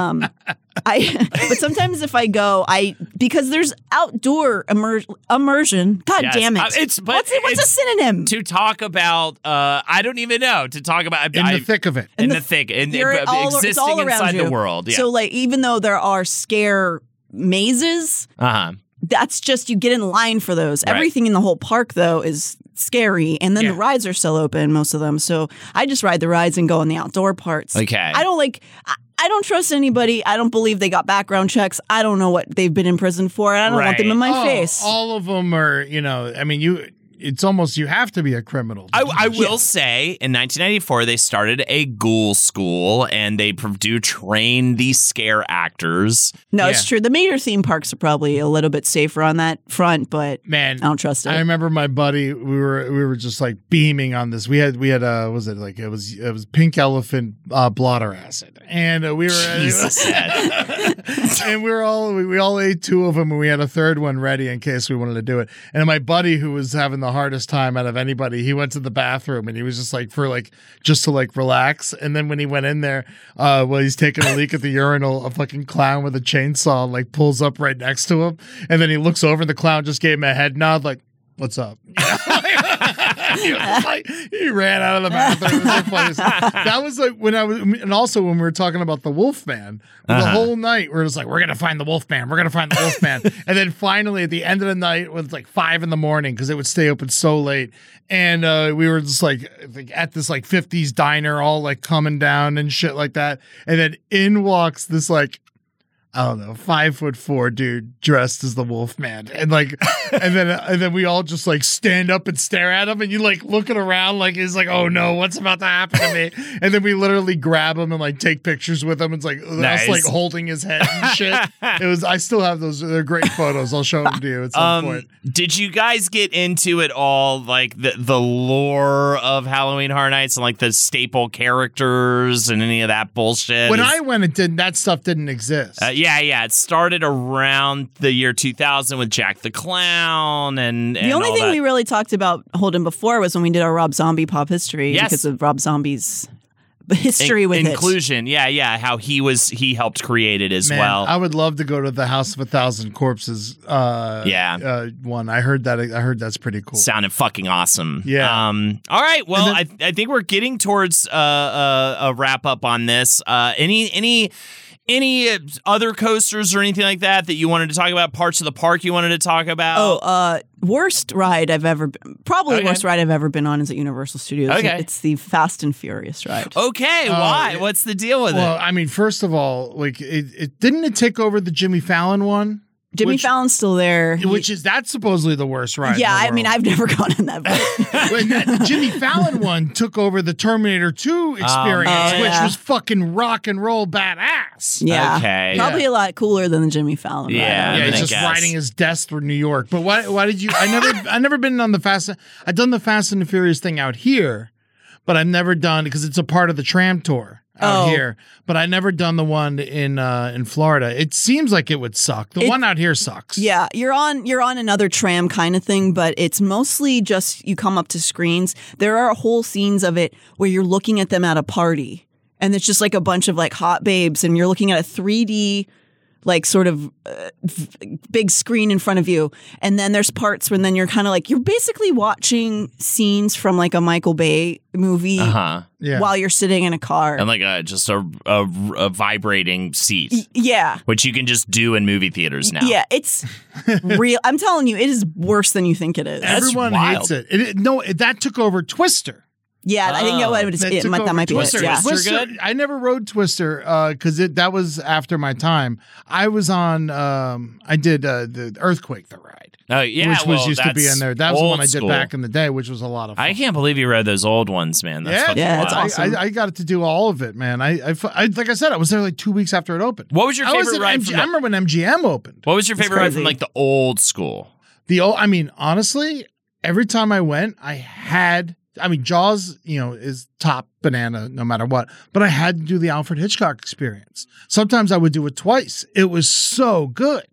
S3: I but sometimes if I go, I because there's outdoor immer- immersion. God
S1: Yes.
S3: damn it!
S1: Uh, it's- but
S3: what's, it- what's
S1: it's-
S3: a synonym?
S1: to talk about, uh, I don't even know. To talk about
S2: in
S1: I,
S2: the thick of it.
S1: in the thick, in
S3: You're
S1: in-
S3: all- it's
S1: existing
S3: all around
S1: inside the
S3: you.
S1: world. Yeah.
S3: So like, even though there are scare mazes,
S1: uh-huh.
S3: that's just you get in line for those.
S1: Right.
S3: Everything in the whole park though is scary, and then the
S1: Yeah.
S3: rides are still open, most of them. So I just ride the rides and go in the outdoor parts.
S1: Okay.
S3: I don't like. I, I don't trust anybody. I don't believe they got background checks. I don't know what they've been in prison for. and I don't want them
S1: Right.
S3: in my
S2: Oh,
S3: face.
S2: All of them are, you know, I mean, you. It's almost you have to be a criminal. to
S1: I,
S2: do
S1: I
S2: this.
S1: will say in 1994 they started a ghoul school and they pr- do train these scare actors.
S3: No, it's
S2: Yeah.
S3: true. The major theme parks are probably a little bit safer on that front, but
S2: man.
S3: I don't trust it.
S2: I remember my buddy. We were we were just like beaming on this. We had we had uh was it like it was it was pink elephant uh, blotter acid, and uh, we were
S1: Jesus, Ed.
S2: and we were all we, we all ate two of them and we had a third one ready in case we wanted to do it and my buddy who was having the hardest time out of anybody he went to the bathroom and he was just like for like just to like relax and then when he went in there uh while he's taking a leak at the urinal a fucking clown with a chainsaw like pulls up right next to him and then he looks over and the clown just gave him a head nod like what's up he, was like- he ran out of the bathroom. It was so funny. That was like when I was, and also when we were talking about the Wolfman, the whole night we're just like, we're gonna find the Wolfman, we're gonna find the Wolfman, and then finally at the end of the night, it was like five in the morning because it would stay open so late, and uh, we were just like, like at this like '50s diner, all like coming down and shit like that, and then in walks this like I don't know, five foot four dude dressed as the Wolfman, and like, and then and then we all just like stand up and stare at him, and you like looking around like he's like, oh no, what's about to happen to me? And then we literally grab him and like take pictures with him. It's like
S1: Nice.
S2: us like holding his head and shit. it was. I still have those. They're great photos. I'll show them to you at some
S1: Um,
S2: point.
S1: did you guys get into it all like the the lore of Halloween Horror Nights and like the staple characters and any of that bullshit?
S2: When
S1: Is-
S2: I went, it didn't. That stuff didn't exist.
S1: Uh, yeah, yeah. It started around the year 2000 with Jack the Clown and, and
S3: the only
S1: all
S3: thing
S1: that.
S3: we really talked about Holden before was when we did our Rob Zombie pop history
S1: Yes.
S3: because of Rob Zombie's history
S1: In-
S3: with it.
S1: inclusion. Yeah, yeah. How he was he helped create it as
S2: Man,
S1: well.
S2: I would love to go to the House of a Thousand Corpses. Uh,
S1: Yeah.
S2: uh, one. I heard that. I heard that's pretty cool.
S1: Sounded fucking awesome.
S2: Yeah.
S1: Um, all right. Well, I, I think we're getting towards uh, uh, a wrap up on this. Uh, any any any other coasters or anything like that that you wanted to talk about? Parts of the park you wanted to talk about?
S3: Oh, uh, worst ride I've ever been, probably
S1: Okay.
S3: worst ride I've ever been on is at Universal Studios.
S1: Okay. Oh,
S3: It's the Fast and Furious ride.
S1: okay. why?
S2: yeah.
S1: What's the deal with
S2: Uh, Well,
S1: it?
S2: I mean, first of all, like it, it didn't it take over the Jimmy Fallon one,
S3: Jimmy
S2: which-
S3: Fallon's still there. He-
S2: which is that's supposedly the worst ride. in
S3: yeah,
S2: the
S3: I mean,
S2: world.
S3: I've never gone on that. But
S2: When that- the Jimmy Fallon one took over the Terminator 2 experience,
S3: Oh,
S2: which
S3: yeah.
S2: was fucking rock and roll badass.
S3: yeah,
S1: Okay.
S3: probably a lot cooler than the Jimmy Fallon.
S1: Yeah, I
S3: ride.
S2: yeah,
S1: mean, I
S2: he's just
S1: guess.
S2: riding his death through New York. But why? Why did you? I never. I never been on the Fast. I've done the Fast and the Furious thing out here, but I've never done because it's a part of the tram tour out
S3: Oh.
S2: here. But I never done the one in uh in Florida. It seems like it would suck. The
S3: It-
S2: one out here sucks.
S3: Yeah, you're on you're on another tram kind of thing, but it's mostly just you come up to screens. There are whole scenes of it where you're looking at them at a party, and it's just like a bunch of like hot babes, and you're looking at a 3D like sort of uh, v- big screen in front of you, and then there's parts when then you're kind of like you're basically watching scenes from like a Michael Bay movie
S1: Uh huh.
S2: Yeah.
S3: while you're sitting in a car.
S1: And like a, just a, a, a vibrating seat,
S3: yeah.
S1: which you can just do in movie theaters now.
S3: Yeah, it's real. I'm telling you, it is worse than you think it is.
S1: That's
S2: Everyone
S1: wild.
S2: hates it. It- it- No, it- that took over Twister.
S3: yeah, I think that,
S1: Oh.
S3: might- it,
S2: took
S3: might,
S2: over
S3: that might be it.
S2: Twister.
S3: Yeah.
S1: Twister
S2: Twister-
S1: good?
S2: I never rode Twister because it that was after my time. I was on. Um, I did uh, the Earthquake the ride,
S1: Oh, yeah.
S2: which was
S1: well,
S2: used to be
S1: that's
S2: in there. That was the one
S1: old
S2: I did
S1: school.
S2: back in the day, which was a lot of fun.
S1: I can't believe you read those old ones, man. That's
S2: yeah,
S1: fucking
S3: Yeah, it's
S1: wild.
S3: awesome.
S2: I, I, I got to do all of it, man. I, I, fu- I- like I said, I was there like two weeks after it opened.
S1: What was your
S2: I
S1: favorite
S2: at
S1: ride
S2: MG-
S1: from
S2: I
S1: that-
S2: remember when MGM opened.
S1: What was your favorite ride from
S3: crazy.
S1: like the old school?
S2: The old, I mean, honestly, every time I went, I had. I mean, Jaws, you know, is top banana no matter what. But I had to do the Alfred Hitchcock experience. Sometimes I would do it twice. It was so good.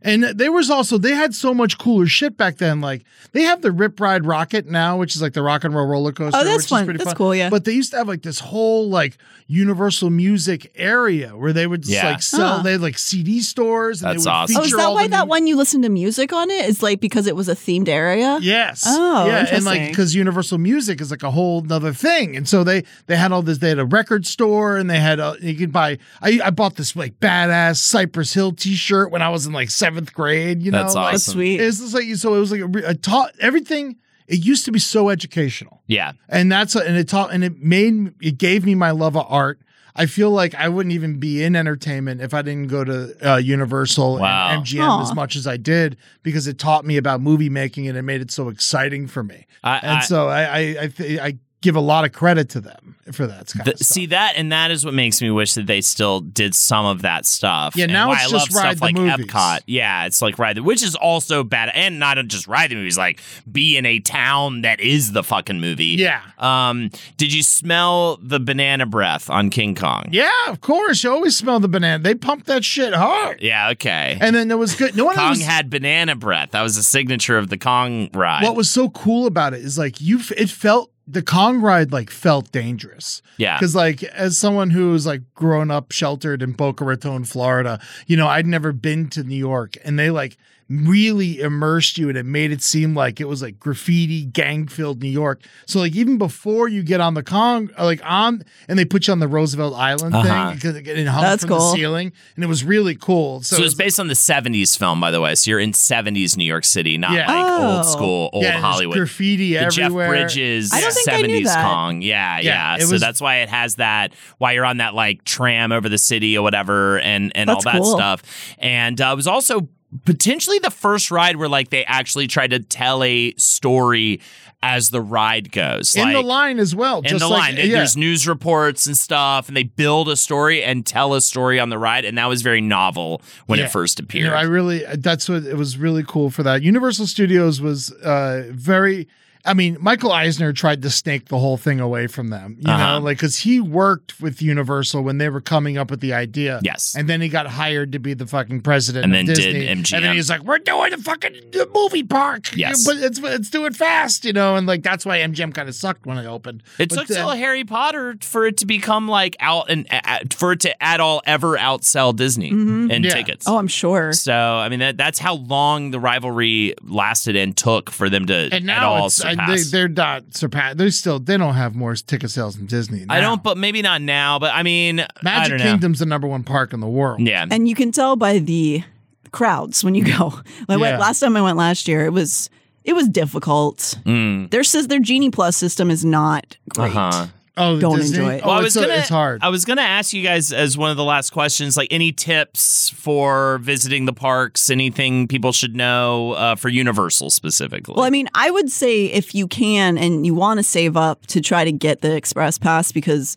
S2: And there was also they had so much cooler shit back then. Like they have the Rip Ride Rocket now, which is like the rock and roll roller coaster.
S3: Oh, that's
S2: which Is
S3: fun.
S2: pretty
S3: That's
S2: fun.
S3: cool, yeah.
S2: But they used to have like this whole like Universal Music area where they would just
S1: Yeah.
S2: like sell.
S3: Huh.
S2: They had like CD stores. And
S1: That's
S2: they would
S1: awesome.
S3: Oh, is
S2: feature
S3: that
S2: all
S3: why
S2: the
S3: that
S2: new-
S3: one you listened to music on it is like because it was a themed area?
S2: Yes.
S3: Oh,
S2: yeah, and like
S3: interesting.
S2: because Universal Music is like a whole nother thing, and so they they had all this. They had a record store, and they had a, you could buy. I, I bought this like badass Cypress Hill T shirt when I was in like seventh grade. You
S1: That's
S2: know, like,
S3: That's
S1: Awesome.
S3: sweet.
S2: it's just like so. It was like a, re- a taught everything. It used to be so educational,
S1: Yeah.
S2: and that's a, and it taught and it made it gave me my love of art. I feel like I wouldn't even be in entertainment if I didn't go to uh, Universal
S1: Wow.
S2: and MGM
S3: Aw.
S2: as much as I did because it taught me about movie making and it made it so exciting for me.
S1: I-
S2: and
S1: I-
S2: so I I, I, th- I give a lot of credit to them for that kind
S1: The-
S2: of stuff.
S1: see that, and that is what makes me wish that they still did some of that stuff.
S2: Yeah,
S1: And
S2: now
S1: why
S2: it's
S1: I
S2: just
S1: love
S2: ride
S1: stuff
S2: the
S1: like
S2: movies.
S1: Epcot. Yeah, it's like ride the, which is also bad, and not just ride the movies, like be in a town that is the fucking movie.
S2: Yeah.
S1: Um, did you smell the banana breath on King Kong?
S2: yeah, of course. You always smell the banana. They pump that shit hard.
S1: Yeah. Okay.
S2: And then there was good. No one
S1: Kong
S2: was,
S1: had banana breath. That was a signature of the Kong ride.
S2: what was so cool about it is like you f- it felt the Kong ride like felt dangerous.
S1: Yeah.
S2: Cause like as someone who's like grown up sheltered in Boca Raton, Florida, you know, I'd never been to New York and they like really immersed you and it made it seem like it was like graffiti gang filled New York. So like even before you get on the Kong uh, like on and they put you on the Roosevelt Island
S1: Uh-huh.
S2: thing because it it hung
S3: That's
S2: from the
S3: cool.
S2: ceiling and it was really cool. So,
S1: So,
S2: it
S1: it's
S2: was-
S1: based on the '70s film, by the way. So you're in '70s New York City, not
S2: Yeah.
S1: like old
S3: Oh.
S1: school, old
S2: yeah, and there's
S1: Hollywood.
S2: graffiti
S1: the
S2: everywhere.
S1: Jeff Bridges
S3: I don't think I knew
S1: 70s
S3: that.
S1: Kong. Yeah,
S2: Yeah,
S1: yeah.
S2: it
S1: So
S2: was-
S1: that's why it has that why you're on that like tram over the city or whatever and and all
S3: That's
S1: that
S3: cool.
S1: stuff. And uh, it was also potentially the first ride where like they actually tried to tell a story as the ride goes.
S2: in the
S1: Like,
S2: line as well.
S1: in
S2: just
S1: the
S2: like-
S1: line. There-
S2: yeah.
S1: There's news reports and stuff, and they build a story and tell a story on the ride, and that was very novel when
S2: Yeah.
S1: it first
S2: You
S1: appeared.
S2: know, I really that's what it was really cool for that. Universal Studios was uh very I mean, Michael Eisner tried to snake the whole thing away from them, you
S1: Uh-huh.
S2: know, like because he worked with Universal when they were coming up with the idea.
S1: Yes.
S2: and then he got hired to be the fucking president.
S1: And
S2: of
S1: then did
S2: Disney.
S1: MGM.
S2: and then he's like, "We're doing the fucking the movie park,
S1: Yes.
S2: but it's it's do it fast, you know." And like that's why MGM kind of sucked when it opened.
S1: It
S2: But
S1: took
S2: then-
S1: till Harry Potter for it to become like out and uh, for it to at all ever outsell Disney in
S2: Mm-hmm. Yeah.
S1: tickets.
S3: Oh, I'm sure.
S1: So I mean that that's how long the rivalry lasted and took for them to
S2: and
S1: at
S2: now
S1: all
S2: it's, I, they,
S1: surpass.
S2: they're not surpass. They're still they don't have more ticket sales than Disney.
S1: I
S2: now.
S1: don't, but maybe not now. But I mean, I
S2: Magic
S1: don't know.
S2: Kingdom's the number one park in the world.
S1: Yeah,
S3: And you can tell by the crowds when you go. I
S2: Yeah.
S3: went last time I went last year. It was it was difficult.
S1: Mm.
S3: Their says their Genie Plus system is not great.
S1: Uh-huh.
S2: Oh, the
S3: Don't
S2: Disney?
S3: enjoy it.
S2: Oh,
S1: Well, I was
S2: it's,
S1: gonna,
S2: it's hard.
S1: I was gonna ask you guys as one of the last questions, like any tips for visiting the parks, anything people should know uh, for Universal specifically.
S3: Well, I mean, I would say if you can and you want to save up to try to get the Express Pass because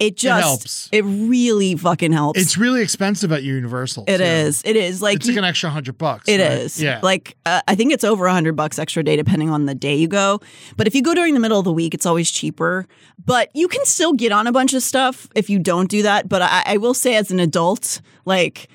S3: it just
S2: helps.
S3: it really fucking helps.
S2: it's really expensive at Universal.
S3: It
S2: too.
S3: is. It is like
S2: It's like
S3: you-
S2: an extra hundred bucks.
S3: It is
S2: right? Yeah.
S3: Like uh, I think it's over a hundred bucks extra day, depending on the day you go. But if you go during the middle of the week, it's always cheaper. But you can still get on a bunch of stuff if you don't do that. But I, I will say, as an adult, like.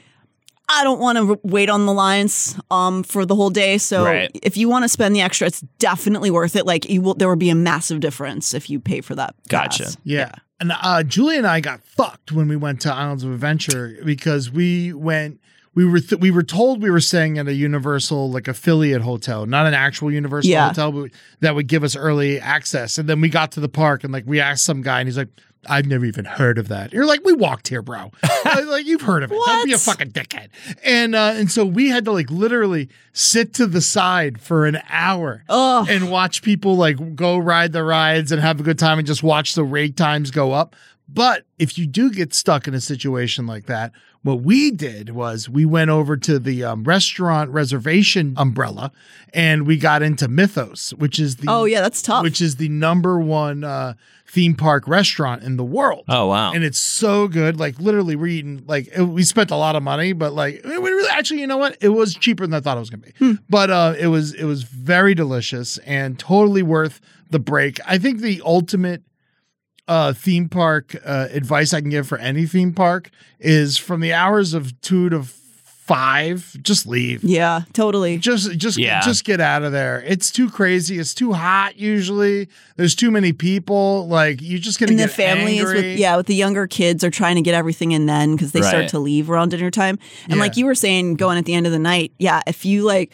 S3: I don't want to wait on the lines um, for the whole day. So
S1: Right.
S3: if you want to spend the extra, it's definitely worth it. Like you will, there would be a massive difference if you pay for that.
S1: Gotcha.
S3: pass.
S2: Yeah. And uh, Julie and I got fucked when we went to Islands of Adventure because we went. we were th- we were told we were staying at a Universal like affiliate hotel, not an actual Universal
S3: Yeah.
S2: hotel, but that would give us early access. And then we got to the park and like we asked some guy, and he's like. I've never even heard of that. You're like, we walked here, bro. like, like, you've heard of it. Don't be a
S3: What?
S2: fucking dickhead. And uh, and so we had to like literally sit to the side for an hour and watch people like go ride the rides and have a good time and just watch the rate times go up. But if you do get stuck in a situation like that, what we did was we went over to the um, restaurant reservation umbrella and we got into Mythos, which is the
S3: Oh, yeah, that's tough.
S2: which is the number one uh, theme park restaurant in the world.
S1: Oh, wow.
S2: And it's so good. Like literally, we're eating like it- we spent a lot of money, but like we really actually, you know what? It was cheaper than I thought it was gonna be.
S3: Hmm.
S2: But uh, it was it was very delicious and totally worth the break. I think the ultimate uh, theme park uh, advice I can give for any theme park is from the hours of two to five, just leave.
S3: Yeah, totally.
S2: Just just
S1: Yeah.
S2: just get out of there. It's too crazy. It's too hot usually. There's too many people. Like you're just gonna
S3: and the
S2: get
S3: families
S2: angry.
S3: with yeah with the younger kids are trying to get everything in then because they
S1: Right.
S3: start to leave around dinner time and like
S2: Yeah.
S3: you were saying going at the end of the night yeah if you like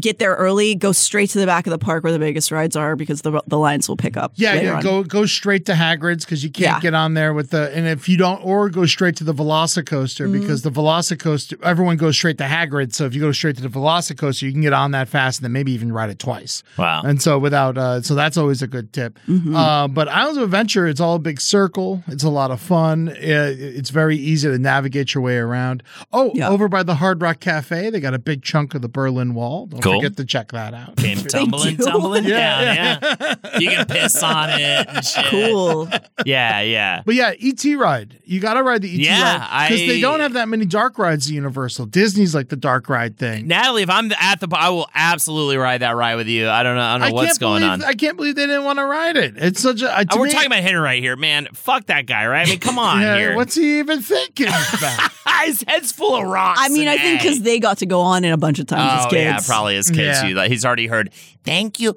S3: get there early go straight to the back of the park where the biggest rides are because the, the lines will pick up
S2: Yeah,
S3: later
S2: yeah.
S3: on.
S2: Go go straight to Hagrid's because you can't
S3: Yeah.
S2: get on there with the and if you don't or go straight to the Velocicoaster
S3: Mm-hmm.
S2: because the Velocicoaster everyone goes straight to Hagrid. So if you go straight to the Velocicoaster, you can get on that fast and then maybe even ride it twice.
S1: Wow.
S2: And so without uh, so that's always a good tip.
S3: Mm-hmm.
S2: Uh, but Islands of Adventure, it's all a big circle. It's a lot of fun. Uh, It's very easy to navigate your way around. Oh,
S3: Yeah.
S2: over by the Hard Rock Cafe, they got a big chunk of the Berlin Wall. Don't
S1: Cool.
S2: forget to check that out.
S1: Came tumbling,
S3: do.
S1: tumbling down. Yeah. You can piss on it and shit.
S3: cool
S1: Yeah, yeah.
S2: But yeah, ET ride. You got to ride the ET
S1: Yeah,
S2: ride because
S1: I-
S2: they don't have that many dark rides at Universal. Disney's like the dark ride thing.
S1: Natalie, if I'm at the, I will absolutely ride that ride with you. I don't know, I don't know
S2: I
S1: what's
S2: can't
S1: going
S2: believe,
S1: on.
S2: I can't believe they didn't want to ride it. It's such a. to
S1: Oh, we're
S2: me-
S1: talking about Henry right here, man. Fuck that guy, right? I mean, come on
S2: Yeah,
S1: here.
S2: What's he even thinking about?
S1: His head's full of rocks.
S3: i mean i
S1: and
S3: think
S1: hay.
S3: because they got to go on it a bunch of times
S1: oh
S3: as kids
S1: yeah, probably as kids.
S2: Yeah.
S1: You, like, he's already heard. Thank you,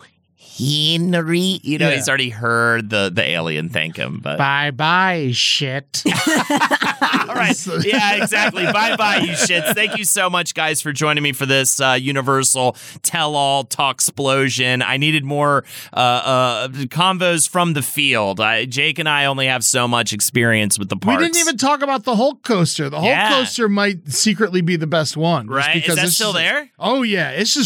S1: Henry. You know,
S2: Yeah.
S1: he's already heard the the alien thank him. But
S2: bye bye, shit.
S1: All right. Yeah, exactly. bye bye, you shits. Thank you so much, guys, for joining me for this uh, Universal tell all talk explosion. I needed more uh, uh, convos from the field. I, Jake and I only have so much experience with the
S2: we
S1: parks.
S2: didn't even talk about the Hulk coaster. The Hulk
S1: Yeah.
S2: coaster might secretly be the best one, just
S1: Right? Is
S2: Because
S1: that
S2: it's
S1: still
S2: just-
S1: there?
S2: Oh yeah, it's a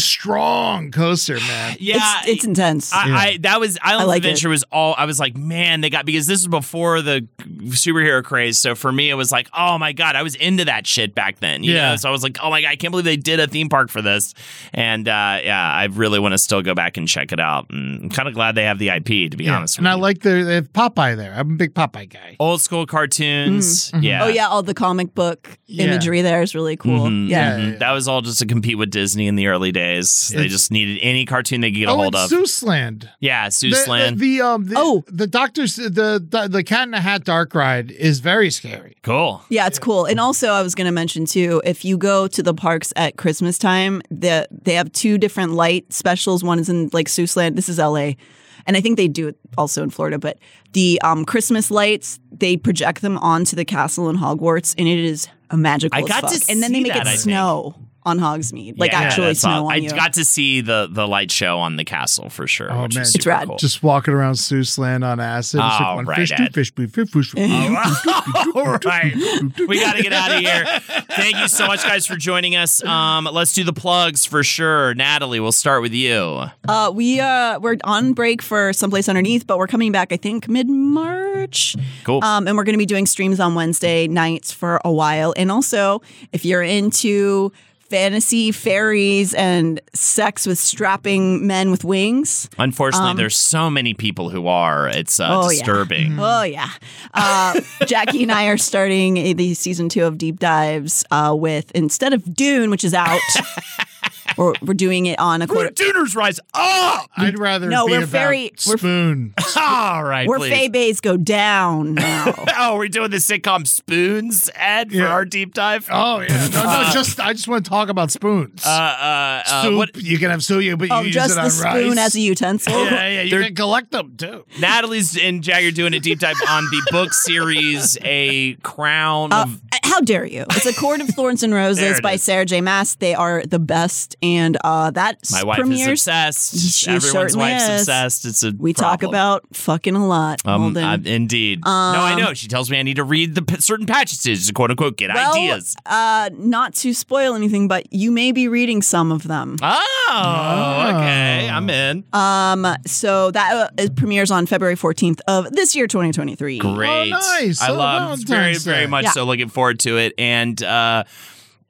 S2: strong coaster, man.
S1: Yeah.
S3: it's, it's intense
S1: I, I that was Island
S3: like it.
S1: Adventure was all I was like, man, they got because this was before the superhero craze. So for me, it was like, oh my god, I was into that shit back then. You
S2: Yeah.
S1: know? So I was like, oh my god, I can't believe they did a theme park for this. And uh, yeah, I really want to still go back and check it out. And I'm kind of glad they have the IP to be
S2: Yeah.
S1: honest.
S2: and
S1: with
S2: I
S1: you.
S2: like their they have Popeye there. I'm a big Popeye guy.
S1: old school cartoons.
S2: Mm-hmm.
S1: Yeah.
S3: oh yeah all the comic book
S2: Yeah.
S3: imagery there is really cool
S1: Mhm.
S3: yeah.
S1: Mhm. That was all just to compete with Disney in the early days. they
S2: It's-
S1: just needed any cartoon they could get a
S2: oh,
S1: hold of.
S2: it's Zeusland.
S1: yeah,
S2: The-
S1: Seuss Land.
S2: The, um the,
S3: Oh.
S2: the doctor's the, the the cat in the hat dark ride is very scary.
S1: cool.
S3: Yeah, it's cool. And also, I was going to mention too, if you go to the parks at Christmas time, the they have two different light specials. One is in like Seussland. This is L.A. And I think they do it also in Florida, but the um, Christmas lights they project them onto the castle in Hogwarts, and it is a magical.
S1: I
S3: as
S1: got
S3: fuck.
S1: to
S3: and then they
S1: see
S3: make
S1: that,
S3: it
S1: I think.
S3: snow on Hogsmeade, like
S1: Yeah,
S3: actually
S1: that's
S3: snow
S1: aw-
S3: on
S1: I
S3: you.
S1: got to see the the light show on the castle for sure.
S2: Oh,
S1: which
S2: man.
S1: is
S2: It's
S1: super
S3: rad.
S1: Cool.
S2: Just walking around Seussland on acid. It's
S1: Oh,
S2: like one
S1: right,
S2: fish, two
S1: Ed.
S2: fish, blue fish, fish. blue.
S1: All right. We got to get out of here. Thank you so much, guys, for joining us. Um, let's do the plugs for sure. Natalie, we'll start with you.
S3: Uh, we uh, we're on break for someplace underneath, but we're coming back. I think mid March.
S1: Cool.
S3: Um, and we're going to be doing streams on Wednesday nights for a while. And also, if you're into fantasy fairies and sex with strapping men with wings,
S1: Unfortunately, there's so many people who are. It's uh,
S3: Um, Oh, yeah.
S1: disturbing.
S3: oh yeah, uh, Jackie and I are starting a- the season two of deep dives uh, with instead of Dune, which is out. We're, we're doing it on a quarter.
S1: Duners rise up.
S2: I'd rather
S3: No,
S2: be
S3: we're
S2: about
S3: very- we're-
S2: spoon.
S1: All right,
S3: Where
S1: please.
S3: Fabe's go down now.
S1: Oh, we're doing the sitcom Spoons ad for
S2: Yeah.
S1: our deep dive.
S2: oh yeah, no, no,
S3: Uh,
S2: just I just want to talk about spoons.
S1: Uh, uh, uh,
S2: Soup,
S1: what,
S2: you can have soup, but you
S3: Oh,
S2: use
S3: just
S2: it on
S3: the spoon
S2: rice.
S3: as a utensil.
S2: yeah, yeah, you
S1: They're-
S2: can collect them too.
S1: Natalie's and Jagger doing a deep dive on the book series, A Crown
S3: Uh,
S1: of
S3: a- how dare you? It's a Court of Thorns and
S1: There
S3: Roses
S1: it
S3: by
S1: is.
S3: Sarah J. Maas. They are the best, and uh, that
S1: My wife
S3: premieres.
S1: is obsessed.
S3: She
S1: Everyone's
S3: certainly
S1: wife's
S3: is.
S1: obsessed. It's a
S3: We talk
S1: problem.
S3: about um, fucking a lot.
S1: Um,
S3: Holden.
S1: I- indeed. no, I know. She tells me I need to read the p- certain passages to quote unquote get
S3: well,
S1: ideas.
S3: Uh, not to spoil anything, but you may be reading some of them.
S1: Oh,
S2: Ah.
S1: okay. I'm in.
S3: Um, so that uh, it premieres on February 14th of this year, 2023.
S1: Great.
S2: Oh, nice.
S1: I
S2: Oh,
S1: love very,
S2: Valentine's
S1: very
S2: Day.
S1: much
S3: Yeah.
S1: so looking forward to it. And uh,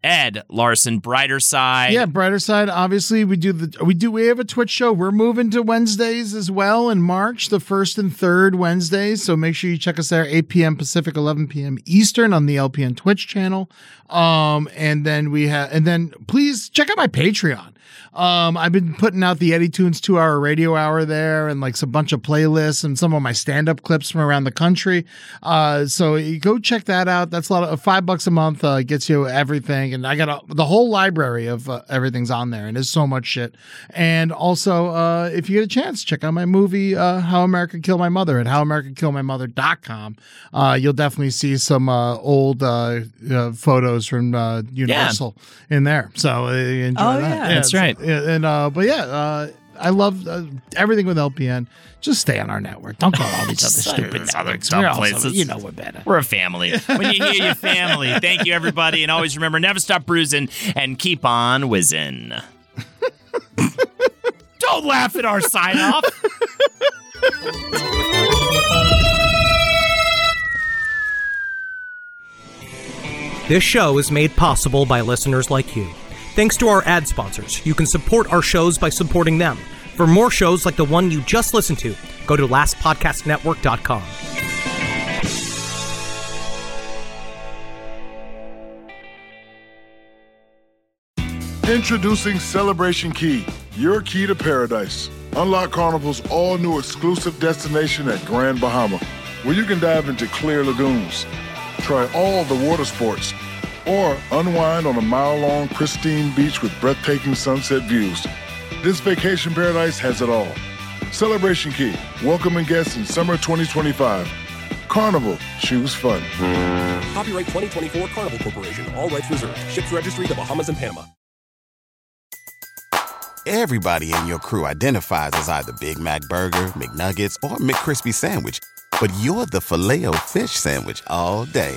S1: Ed Larson, Brighter Side.
S2: yeah, brighter side. Obviously, we do the we do we have a Twitch show. We're moving to Wednesdays as well in March, the first and third Wednesdays. So make sure you check us there, 8 p.m. Pacific, 11 p.m. Eastern on the LPN Twitch channel. Um, and then we have, and then please check out my Patreon. Um, I've been putting out the Eddie Tunes two hour radio hour there, and like a bunch of playlists and some of my stand up clips from around the country. Uh, so you go check that out. That's a lot of five bucks a month uh, gets you everything, and I got a, the whole library of uh, everything's on there, and there's so much shit. And also, uh, if you get a chance, check out my movie uh, How America Killed My Mother at HowAmericaKilledMyMother.com. Uh, you'll definitely see some uh, old uh, uh, photos from uh, Universal in there. So uh, enjoy
S3: Oh,
S2: that.
S3: yeah.
S1: That's
S2: so-
S1: right.
S2: yeah, and uh, but yeah, uh, I love uh, everything with LPN. Just stay on our network. Don't go to all these other stupid
S1: other
S2: networks.
S1: dumb
S2: We're also-
S1: places.
S2: You know we're better.
S1: We're a family. When you hear your family, thank you, everybody. And always remember never stop bruising and keep on whizzing. Don't laugh at our sign off.
S8: This show is made possible by listeners like you. Thanks to our ad sponsors, you can support our shows by supporting them. For more shows like the one you just listened to, go to lastpodcastnetwork.com.
S4: Introducing Celebration Key, your key to paradise. Unlock Carnival's all new exclusive destination at Grand Bahama, where you can dive into clear lagoons, try all the water sports, or unwind on a mile long pristine beach with breathtaking sunset views. This vacation paradise has it all. Celebration Key, welcoming guests in summer 2025. Carnival, choose fun.
S5: Copyright 2024 Carnival Corporation. All rights reserved. Ships registry: The Bahamas and Panama.
S6: Everybody in your crew identifies as either Big Mac Burger, McNuggets, or McCrispy Sandwich. But you're the filet fish Sandwich all day.